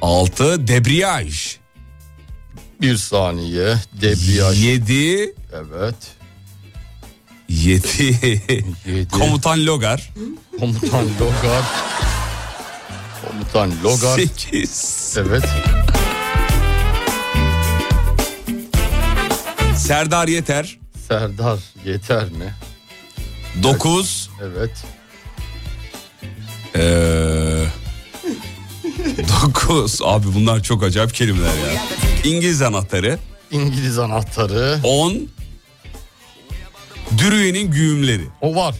Speaker 2: altı debriyaj.
Speaker 3: Bir saniye. Debriyaj.
Speaker 2: Yedi.
Speaker 3: Evet.
Speaker 2: Yedi. Komutan Logar.
Speaker 3: Komutan Logar. Komutan Logar.
Speaker 2: Sekiz.
Speaker 3: Evet.
Speaker 2: Serdar Yeter.
Speaker 3: Serdar yeter mi?
Speaker 2: Dokuz.
Speaker 3: Evet.
Speaker 2: Ee, Dokuz. Abi bunlar çok acayip kelimeler ya. İngiliz anahtarı.
Speaker 3: İngiliz anahtarı.
Speaker 2: 10. Dürüye'nin güğümleri.
Speaker 3: O var.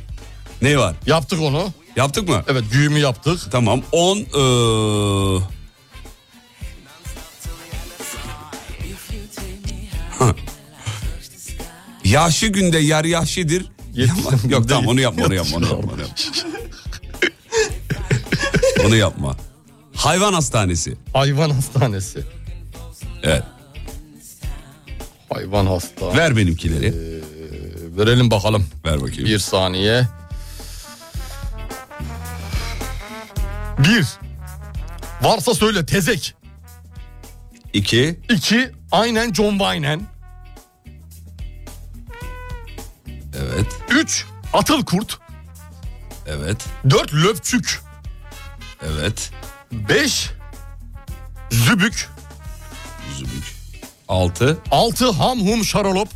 Speaker 2: Ne var?
Speaker 3: Yaptık onu.
Speaker 2: Yaptık mı?
Speaker 3: Evet güğümü yaptık.
Speaker 2: Tamam. e, 10. Ee... Hı. Yahşi günde yar yahşidir. Yok tamam onu yapma onu yapma onu yapma. Onu yapma. onu yapma. Hayvan hastanesi.
Speaker 3: Hayvan hastanesi.
Speaker 2: Evet.
Speaker 3: Hayvan hastanesi.
Speaker 2: Ver benimkileri.
Speaker 3: verelim bakalım.
Speaker 2: Ver bakayım.
Speaker 3: Bir saniye. Bir. Varsa söyle tezek.
Speaker 2: İki.
Speaker 3: İki. Aynen John Wayne.
Speaker 2: Evet.
Speaker 3: Üç. Atıl kurt.
Speaker 2: Evet.
Speaker 3: Dört. Löpçük.
Speaker 2: Evet.
Speaker 3: Beş. Zübük.
Speaker 2: Zübük. Altı.
Speaker 3: Altı. Ham hum şarolop.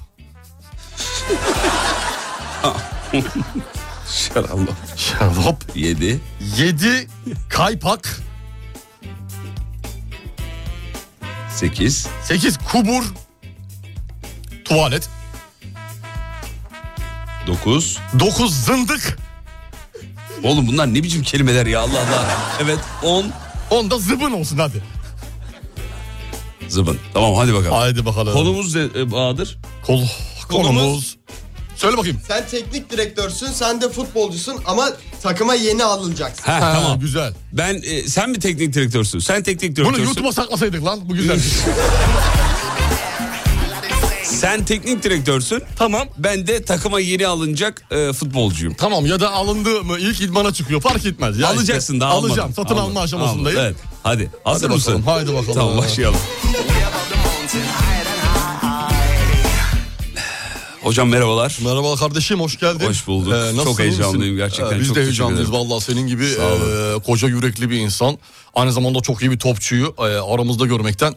Speaker 2: Şaralop.
Speaker 3: Şaralop.
Speaker 2: Yedi.
Speaker 3: Yedi. Kaypak.
Speaker 2: 8.
Speaker 3: 8 kubur tuvalet.
Speaker 2: 9.
Speaker 3: 9 zındık.
Speaker 2: Oğlum bunlar ne biçim kelimeler ya Allah Allah. Evet 10.
Speaker 3: 10 da zıbın olsun hadi.
Speaker 2: Zıbın. Tamam hadi bakalım.
Speaker 3: Hadi bakalım.
Speaker 2: Konumuz ne e, Bahadır?
Speaker 3: Kol,
Speaker 2: Konumuz-
Speaker 3: Söyle bakayım.
Speaker 15: Sen teknik direktörsün, sen de futbolcusun ama takıma yeni alınacaksın.
Speaker 2: Ha, tamam.
Speaker 3: Güzel.
Speaker 2: Ben e, sen mi teknik direktörsün? Sen teknik
Speaker 3: Bunu
Speaker 2: direktörsün.
Speaker 3: YouTube'a saklasaydık lan bu güzel.
Speaker 2: Sen teknik direktörsün. Tamam. Ben de takıma yeni alınacak e, futbolcuyum.
Speaker 3: tamam ya da alındı mı ilk idmana çıkıyor fark etmez. Ya
Speaker 2: Alacaksın
Speaker 3: işte,
Speaker 2: daha almadın.
Speaker 3: Alacağım satın
Speaker 2: Almadın,
Speaker 3: alma
Speaker 2: almadın.
Speaker 3: aşamasındayım.
Speaker 2: Evet. Hadi. Hazır
Speaker 3: bakalım,
Speaker 2: mısın?
Speaker 3: haydi bakalım.
Speaker 2: Tamam başlayalım. Hocam merhabalar.
Speaker 3: Merhaba kardeşim hoş geldin.
Speaker 2: Hoş bulduk.
Speaker 3: Ee, nasılsın,
Speaker 2: çok
Speaker 3: iyi misin?
Speaker 2: heyecanlıyım gerçekten.
Speaker 3: Ee, biz
Speaker 2: çok
Speaker 3: de
Speaker 2: teşekkür
Speaker 3: heyecanlıyız
Speaker 2: ederim.
Speaker 3: vallahi senin gibi
Speaker 2: Sağ
Speaker 3: e, koca yürekli bir insan. Aynı zamanda çok iyi bir topçuyu e, aramızda görmekten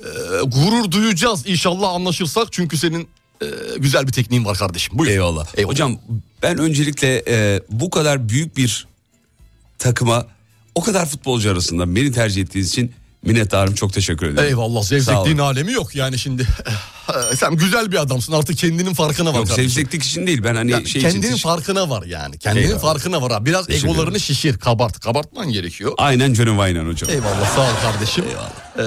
Speaker 3: e, gurur duyacağız inşallah anlaşırsak. Çünkü senin e, güzel bir tekniğin var kardeşim. Buyur.
Speaker 2: Eyvallah. E, Hocam ben öncelikle e, bu kadar büyük bir takıma o kadar futbolcu arasında beni tercih ettiğiniz için minnettarım. Çok teşekkür ederim.
Speaker 3: Eyvallah
Speaker 2: Sağ olun.
Speaker 3: zevzekliğin alemi yok yani şimdi. Ee, Sen güzel bir adamsın artık kendinin farkına var
Speaker 2: Yok
Speaker 3: kardeşim.
Speaker 2: sevzeklik için değil ben hani
Speaker 3: Ya
Speaker 2: şey için.
Speaker 3: kendinin farkına var yani. Kendinin
Speaker 2: Eyvallah.
Speaker 3: farkına var abi. Biraz
Speaker 2: Teşekkür
Speaker 3: egolarını
Speaker 2: ederim.
Speaker 3: şişir, kabart. Kabartman gerekiyor.
Speaker 2: Aynen canım aynen hocam.
Speaker 3: Eyvallah sağ ol kardeşim. Ee,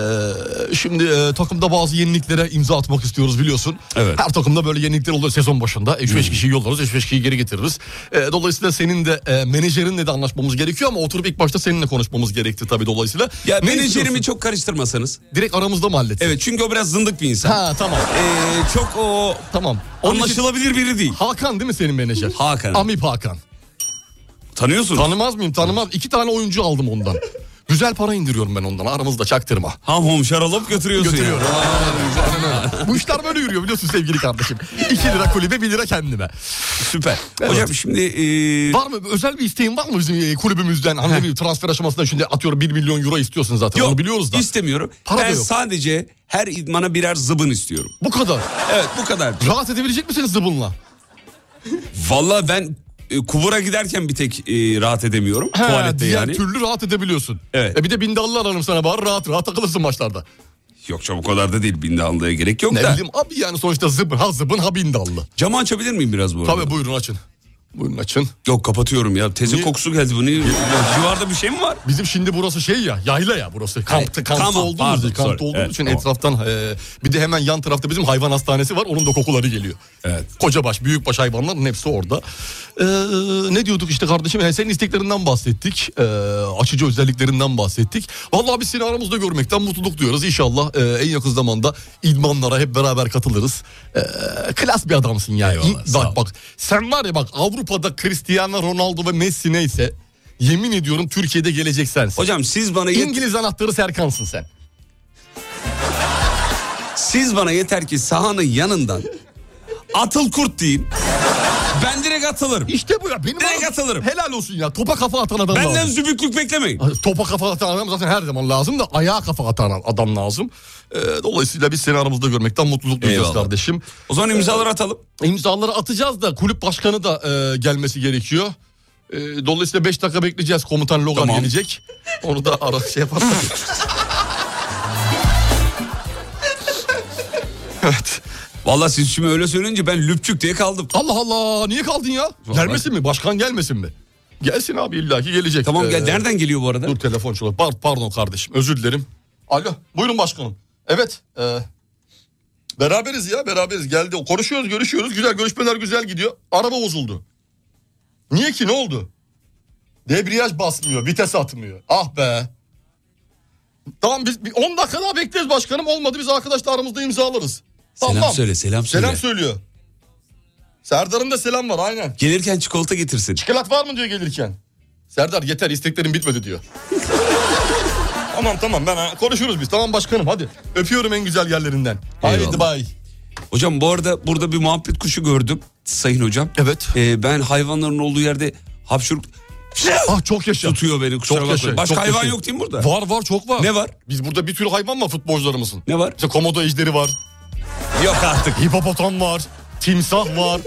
Speaker 3: şimdi e, takımda bazı yeniliklere imza atmak istiyoruz biliyorsun.
Speaker 2: Evet. Hmm.
Speaker 3: Her takımda böyle yenilikler oluyor sezon başında. 3-5 kişiyi yollarız, 3-5 kişiyi geri getiririz. Ee, dolayısıyla senin de e, menajerinle de anlaşmamız gerekiyor ama oturup ilk başta seninle konuşmamız gerekti tabii dolayısıyla.
Speaker 2: Ya
Speaker 3: Ne
Speaker 2: menajerimi
Speaker 3: istiyorsun?
Speaker 2: çok karıştırmasanız.
Speaker 3: Direkt aramızda mı hallettin?
Speaker 2: Evet çünkü o biraz zındık bir insan.
Speaker 3: Ha tamam.
Speaker 2: Ee, çok o...
Speaker 3: Tamam.
Speaker 2: Anlaşılabilir biri değil.
Speaker 3: Hakan değil mi senin menajer?
Speaker 2: Hakan.
Speaker 3: Amip Hakan.
Speaker 2: Tanıyorsunuz.
Speaker 3: Tanımaz mıyım? Tanımaz. İki tane oyuncu aldım ondan. Güzel para indiriyorum ben ondan. Aramızda çaktırma.
Speaker 2: Ham hom şaralop götürüyorsun
Speaker 3: Götürüyorum.
Speaker 2: ya.
Speaker 3: Aynen öyle. Bu işler böyle yürüyor biliyorsun sevgili kardeşim. 2 lira kulübe 1 lira kendime.
Speaker 2: Süper. Hocam şimdi... e,
Speaker 3: Var mı özel bir isteğin var mı bizim e, kulübümüzden? Hani ne bileyim, transfer aşamasında şimdi atıyorum 1 milyon euro istiyorsun zaten. Onu biliyoruz da.
Speaker 2: istemiyorum.
Speaker 3: Para da
Speaker 2: ben
Speaker 3: yok.
Speaker 2: sadece her idmana birer zıbın istiyorum.
Speaker 3: Bu kadar.
Speaker 2: Evet bu kadar.
Speaker 3: Rahat edebilecek misiniz zıbınla?
Speaker 2: Vallahi ben e, kubura giderken bir tek e, rahat edemiyorum.
Speaker 3: He,
Speaker 2: Tuvalette
Speaker 3: diğer
Speaker 2: yani.
Speaker 3: türlü rahat edebiliyorsun.
Speaker 2: Evet.
Speaker 3: E bir de bindallı alalım sana bari rahat rahat takılırsın maçlarda.
Speaker 2: Yok canım o kadar da değil. Bindallı'ya gerek yok
Speaker 3: Ne
Speaker 2: da.
Speaker 3: bileyim abi yani sonuçta zıbın ha zıbın ha bindallı.
Speaker 2: Camı açabilir miyim biraz bu arada?
Speaker 3: Tabii buyurun açın. Buyurun açın.
Speaker 2: Yok kapatıyorum ya. Tezin
Speaker 3: Niye?
Speaker 2: kokusu geldi. Bu ne? Ya, Civarda bir şey mi var?
Speaker 3: Bizim şimdi burası şey ya yayla ya burası. Kamptı, kamptı
Speaker 2: tamam,
Speaker 3: olduğumuz,
Speaker 2: pardon,
Speaker 3: kamptı
Speaker 2: sorry.
Speaker 3: olduğumuz
Speaker 2: Evet,
Speaker 3: için
Speaker 2: tamam.
Speaker 3: etraftan e, bir de hemen yan tarafta bizim hayvan hastanesi var. Onun da kokuları geliyor.
Speaker 2: Evet.
Speaker 3: Kocabaş, büyükbaş hayvanların hepsi orada. E, ne diyorduk işte kardeşim? E, senin isteklerinden bahsettik. E, açıcı özelliklerinden bahsettik. Vallahi biz seni aramızda görmekten mutluluk duyuyoruz. İnşallah e, en yakın zamanda idmanlara hep beraber katılırız. E, klas bir adamsın yani.
Speaker 2: Eyvallah, sağ ol.
Speaker 3: bak bak sen var ya bak Avrupa'da Cristiano Ronaldo ve Messi neyse... Yemin ediyorum Türkiye'de gelecek sensin.
Speaker 2: Hocam siz bana yet-
Speaker 3: İngiliz anahtarı Serkan'sın sen.
Speaker 2: siz bana yeter ki sahanın yanından atıl kurt deyin. Ben direkt atılırım.
Speaker 3: İşte bu ya. Benim
Speaker 2: Direkt
Speaker 3: adam-
Speaker 2: atılırım.
Speaker 3: Helal olsun ya. Topa kafa atan adam
Speaker 2: Benden
Speaker 3: lazım.
Speaker 2: zübüklük beklemeyin.
Speaker 3: Topa kafa atan adam zaten her zaman lazım da ayağa kafa atan adam lazım. Ee, dolayısıyla biz seni aramızda görmekten mutluluk duyacağız
Speaker 2: Eyvallah.
Speaker 3: kardeşim.
Speaker 2: O zaman imzaları atalım.
Speaker 3: İmzaları atacağız da kulüp başkanı da e, gelmesi gerekiyor. Ee, dolayısıyla 5 dakika bekleyeceğiz komutan Logan gelecek. Onu da ara şey yaparsak.
Speaker 2: evet. Valla siz şimdi öyle söyleyince ben lüpçük diye kaldım.
Speaker 3: Allah Allah niye kaldın ya? Gelmesin mi? Başkan gelmesin mi? Gelsin abi illaki gelecek. Ee,
Speaker 2: Tamam, gel- nereden
Speaker 3: geliyor bu arada? Dur telefon çalıyor. Par- pardon kardeşim özür dilerim. Alo buyurun başkanım. Evet. e, beraberiz ya beraberiz geldi. Konuşuyoruz görüşüyoruz güzel görüşmeler güzel gidiyor. Araba bozuldu. Niye ki ne oldu? Debriyaj basmıyor vites atmıyor. Ah be. Tamam biz bir 10 dakika daha bekleriz başkanım. Olmadı biz arkadaşla aramızda imzalarız.
Speaker 2: Selam söyle, selam söyle.
Speaker 3: Selam söylüyor. Serdar'ın da selam var aynen.
Speaker 2: Gelirken çikolata getirsin.
Speaker 3: Çikolat var mı diyor gelirken. Serdar yeter isteklerim bitmedi diyor. tamam tamam ben ha, konuşuruz biz. Tamam başkanım hadi. Öpüyorum en güzel yerlerinden. Haydi bay.
Speaker 2: Hocam bu arada burada bir muhabbet kuşu gördüm sayın hocam. Ee,
Speaker 3: Evet.
Speaker 2: ben hayvanların olduğu yerde hapşuruk
Speaker 3: Ah çok yaşa.
Speaker 2: tutuyor beni kusura
Speaker 3: Çok
Speaker 2: bakmayın.
Speaker 3: yaşa,
Speaker 2: Başka
Speaker 3: çok
Speaker 2: hayvan
Speaker 3: yaşa.
Speaker 2: yok değil mi burada?
Speaker 3: Var var çok var.
Speaker 2: Ne var?
Speaker 3: Biz burada bir sürü hayvan var futbolcularımızın.
Speaker 2: Ne var? E,
Speaker 3: İşte komodo ejderi var.
Speaker 2: Yok artık.
Speaker 3: Hipopotam var. Timsah var.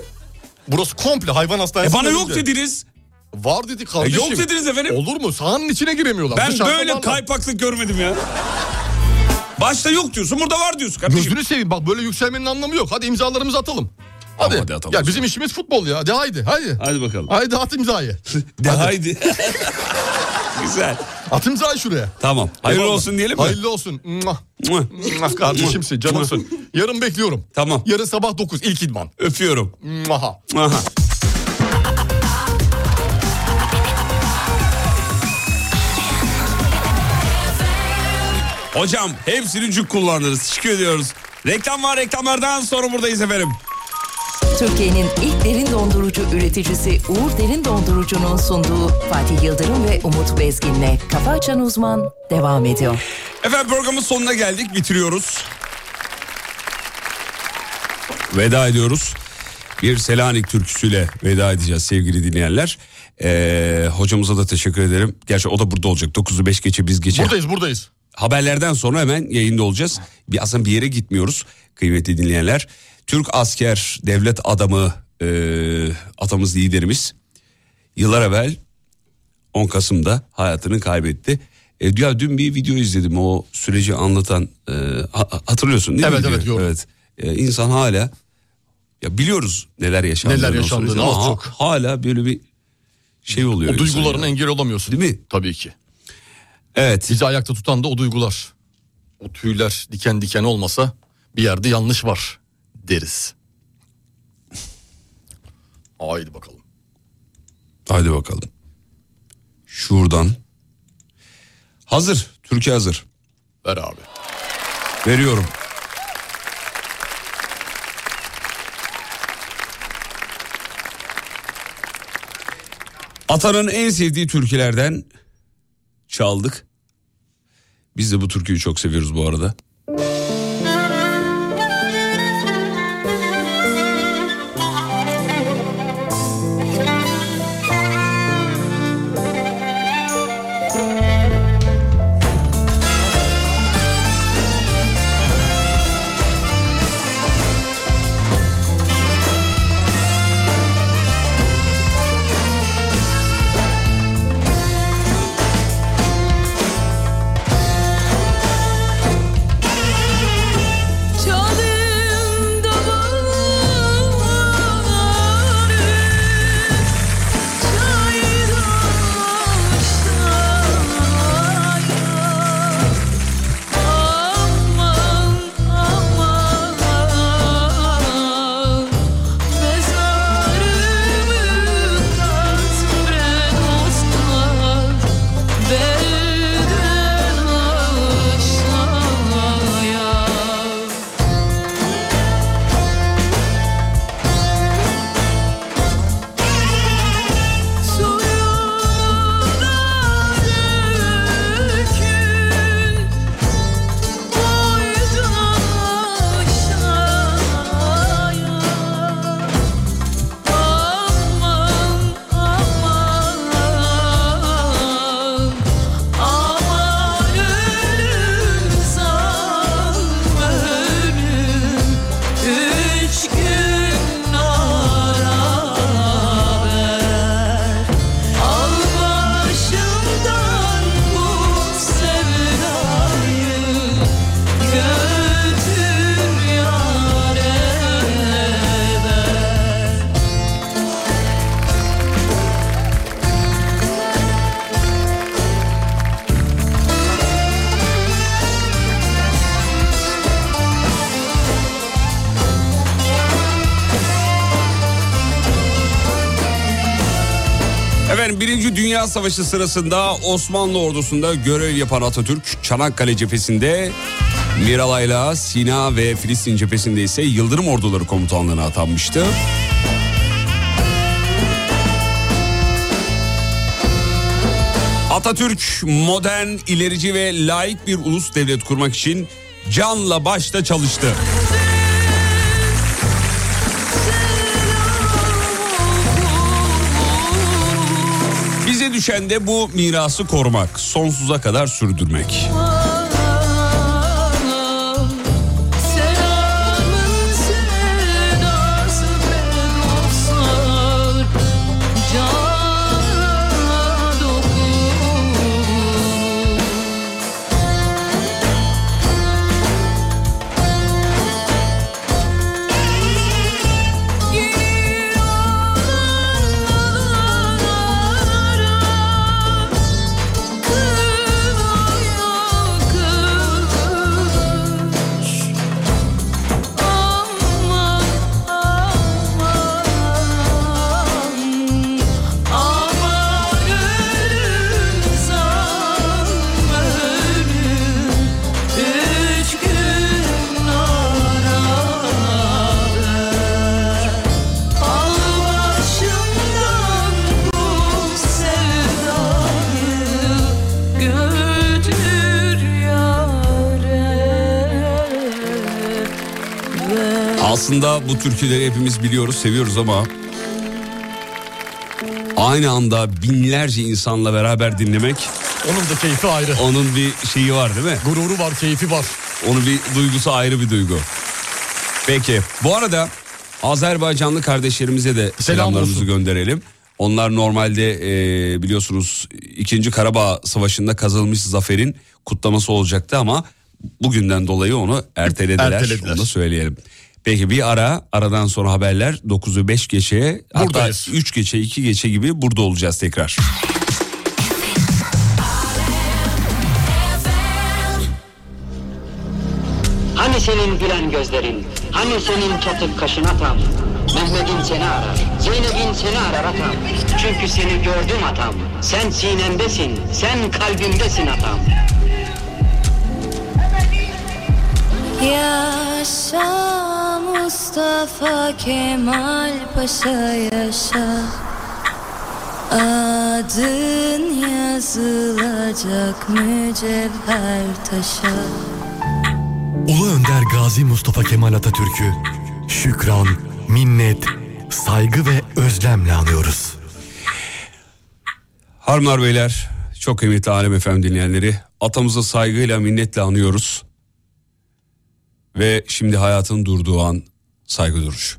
Speaker 3: Burası komple hayvan hastanesi.
Speaker 2: E bana
Speaker 3: önünde.
Speaker 2: yok dediniz.
Speaker 3: Var dedik kardeşim.
Speaker 2: E yok dediniz efendim.
Speaker 3: Olur mu? Sahanın içine giremiyorlar.
Speaker 2: Ben
Speaker 3: Dışarıda
Speaker 2: böyle
Speaker 3: varlar.
Speaker 2: kaypaklık görmedim ya. Başta yok diyorsun burada var diyorsun kardeşim.
Speaker 3: Gözünü seveyim bak böyle yükselmenin anlamı yok. Hadi imzalarımızı atalım. Hadi. ya bizim işimiz futbol ya. De haydi haydi.
Speaker 2: Hadi bakalım.
Speaker 3: Haydi at imzayı.
Speaker 2: De haydi. Güzel.
Speaker 3: At imzayı şuraya.
Speaker 2: Tamam. Hayırlı olsun diyelim mi?
Speaker 3: Hayırlı olsun. Mwah.
Speaker 2: Mwah.
Speaker 3: Mwah kardeşimsin canımsın. Yarın bekliyorum.
Speaker 2: Tamam.
Speaker 3: Yarın sabah 9 ilk idman.
Speaker 2: Öpüyorum.
Speaker 3: Mwaha.
Speaker 2: Aha. Hocam hepsini cuk kullanırız. Teşekkür ediyoruz. Reklam var reklamlardan sonra buradayız efendim.
Speaker 7: Türkiye'nin ilk derin dondurucu üreticisi Uğur Derin Dondurucu'nun sunduğu Fatih Yıldırım ve Umut Bezgin'le Kafa Açan Uzman devam ediyor.
Speaker 2: Efendim programın sonuna geldik bitiriyoruz. Veda ediyoruz. Bir Selanik türküsüyle veda edeceğiz sevgili dinleyenler. Ee, hocamıza da teşekkür ederim. Gerçi o da burada olacak. 9'u 5 geçe biz geçe.
Speaker 3: Buradayız buradayız.
Speaker 2: Haberlerden sonra hemen yayında olacağız. Bir, aslında bir yere gitmiyoruz kıymetli dinleyenler. Türk asker devlet adamı e, atamız liderimiz yıllar evvel 10 Kasım'da hayatını kaybetti. E, ya dün bir video izledim o süreci anlatan e, ha- ha- hatırlıyorsun değil mi?
Speaker 3: Evet, evet,
Speaker 2: videoyu? Evet. E, insan hala ya biliyoruz neler yaşandığını.
Speaker 3: Neler
Speaker 2: o
Speaker 3: yaşandığını
Speaker 2: sürecin ama
Speaker 3: az
Speaker 2: ha-
Speaker 3: çok.
Speaker 2: Hala böyle bir şey oluyor.
Speaker 3: O
Speaker 2: insan
Speaker 3: duygularına
Speaker 2: ya.
Speaker 3: engel olamıyorsun.
Speaker 2: Değil mi?
Speaker 3: Tabii ki.
Speaker 2: Evet.
Speaker 3: Bizi ayakta tutan da o duygular. O tüyler diken diken olmasa bir yerde yanlış var deriz. Haydi bakalım.
Speaker 2: Haydi bakalım. Şuradan. Hazır. Türkiye hazır.
Speaker 3: Ver abi.
Speaker 2: Veriyorum. Atanın en sevdiği türkülerden çaldık. Biz de bu türküyü çok seviyoruz bu arada. Efendim Birinci Dünya Savaşı sırasında Osmanlı ordusunda görev yapan Atatürk Çanakkale cephesinde Miralay'la Sina ve Filistin cephesinde ise Yıldırım Orduları Komutanlığı'na atanmıştı. Atatürk modern, ilerici ve laik bir ulus devlet kurmak için canla başla çalıştı. Bize düşen de bu mirası korumak, sonsuza kadar sürdürmek.
Speaker 1: Selamın sedası ben olsun Cana dokunur Gelir olan ara Kılıyor kılır Aman aman Aman ölüm sanma ölüm Üç gün arada Al başımdan bu sevdayı Götür yâre
Speaker 2: Aslında bu türküleri hepimiz biliyoruz, seviyoruz ama aynı anda binlerce insanla beraber dinlemek
Speaker 6: Onun da keyfi ayrı.
Speaker 2: Onun bir şeyi var değil mi?
Speaker 6: Gururu var, keyfi var.
Speaker 2: Onun bir duygusu ayrı bir duygu. Peki. Bu arada Azerbaycanlı kardeşlerimize de selamlarımızı gönderelim. Onlar normalde e, biliyorsunuz 2. Karabağ Savaşı'nda kazanılmış zaferin kutlaması olacaktı ama bugünden dolayı onu ertelediler.
Speaker 6: Ertelediler.
Speaker 2: Onu da söyleyelim. Peki bir ara, aradan sonra haberler 9'u 5 geçe hatta 3 geçe 2 geçe gibi burada olacağız tekrar.
Speaker 16: Hani senin gülen gözlerin, hani senin çatık kaşın atam. Mehmet'in seni arar, Zeynep'in seni arar atam. Çünkü seni gördüm atam. Sen sinemdesin, sen kalbimdesin atam.
Speaker 17: Yaşa Mustafa Kemal Paşa yaşa Adın yazılacak mücevher taşa
Speaker 3: Ulu Önder Gazi Mustafa Kemal Atatürk'ü şükran, minnet, saygı ve özlemle anıyoruz.
Speaker 2: Harmlar beyler, çok kıymetli Alem Efem dinleyenleri, atamıza saygıyla minnetle anıyoruz. Ve şimdi hayatın durduğu an saygı duruşu.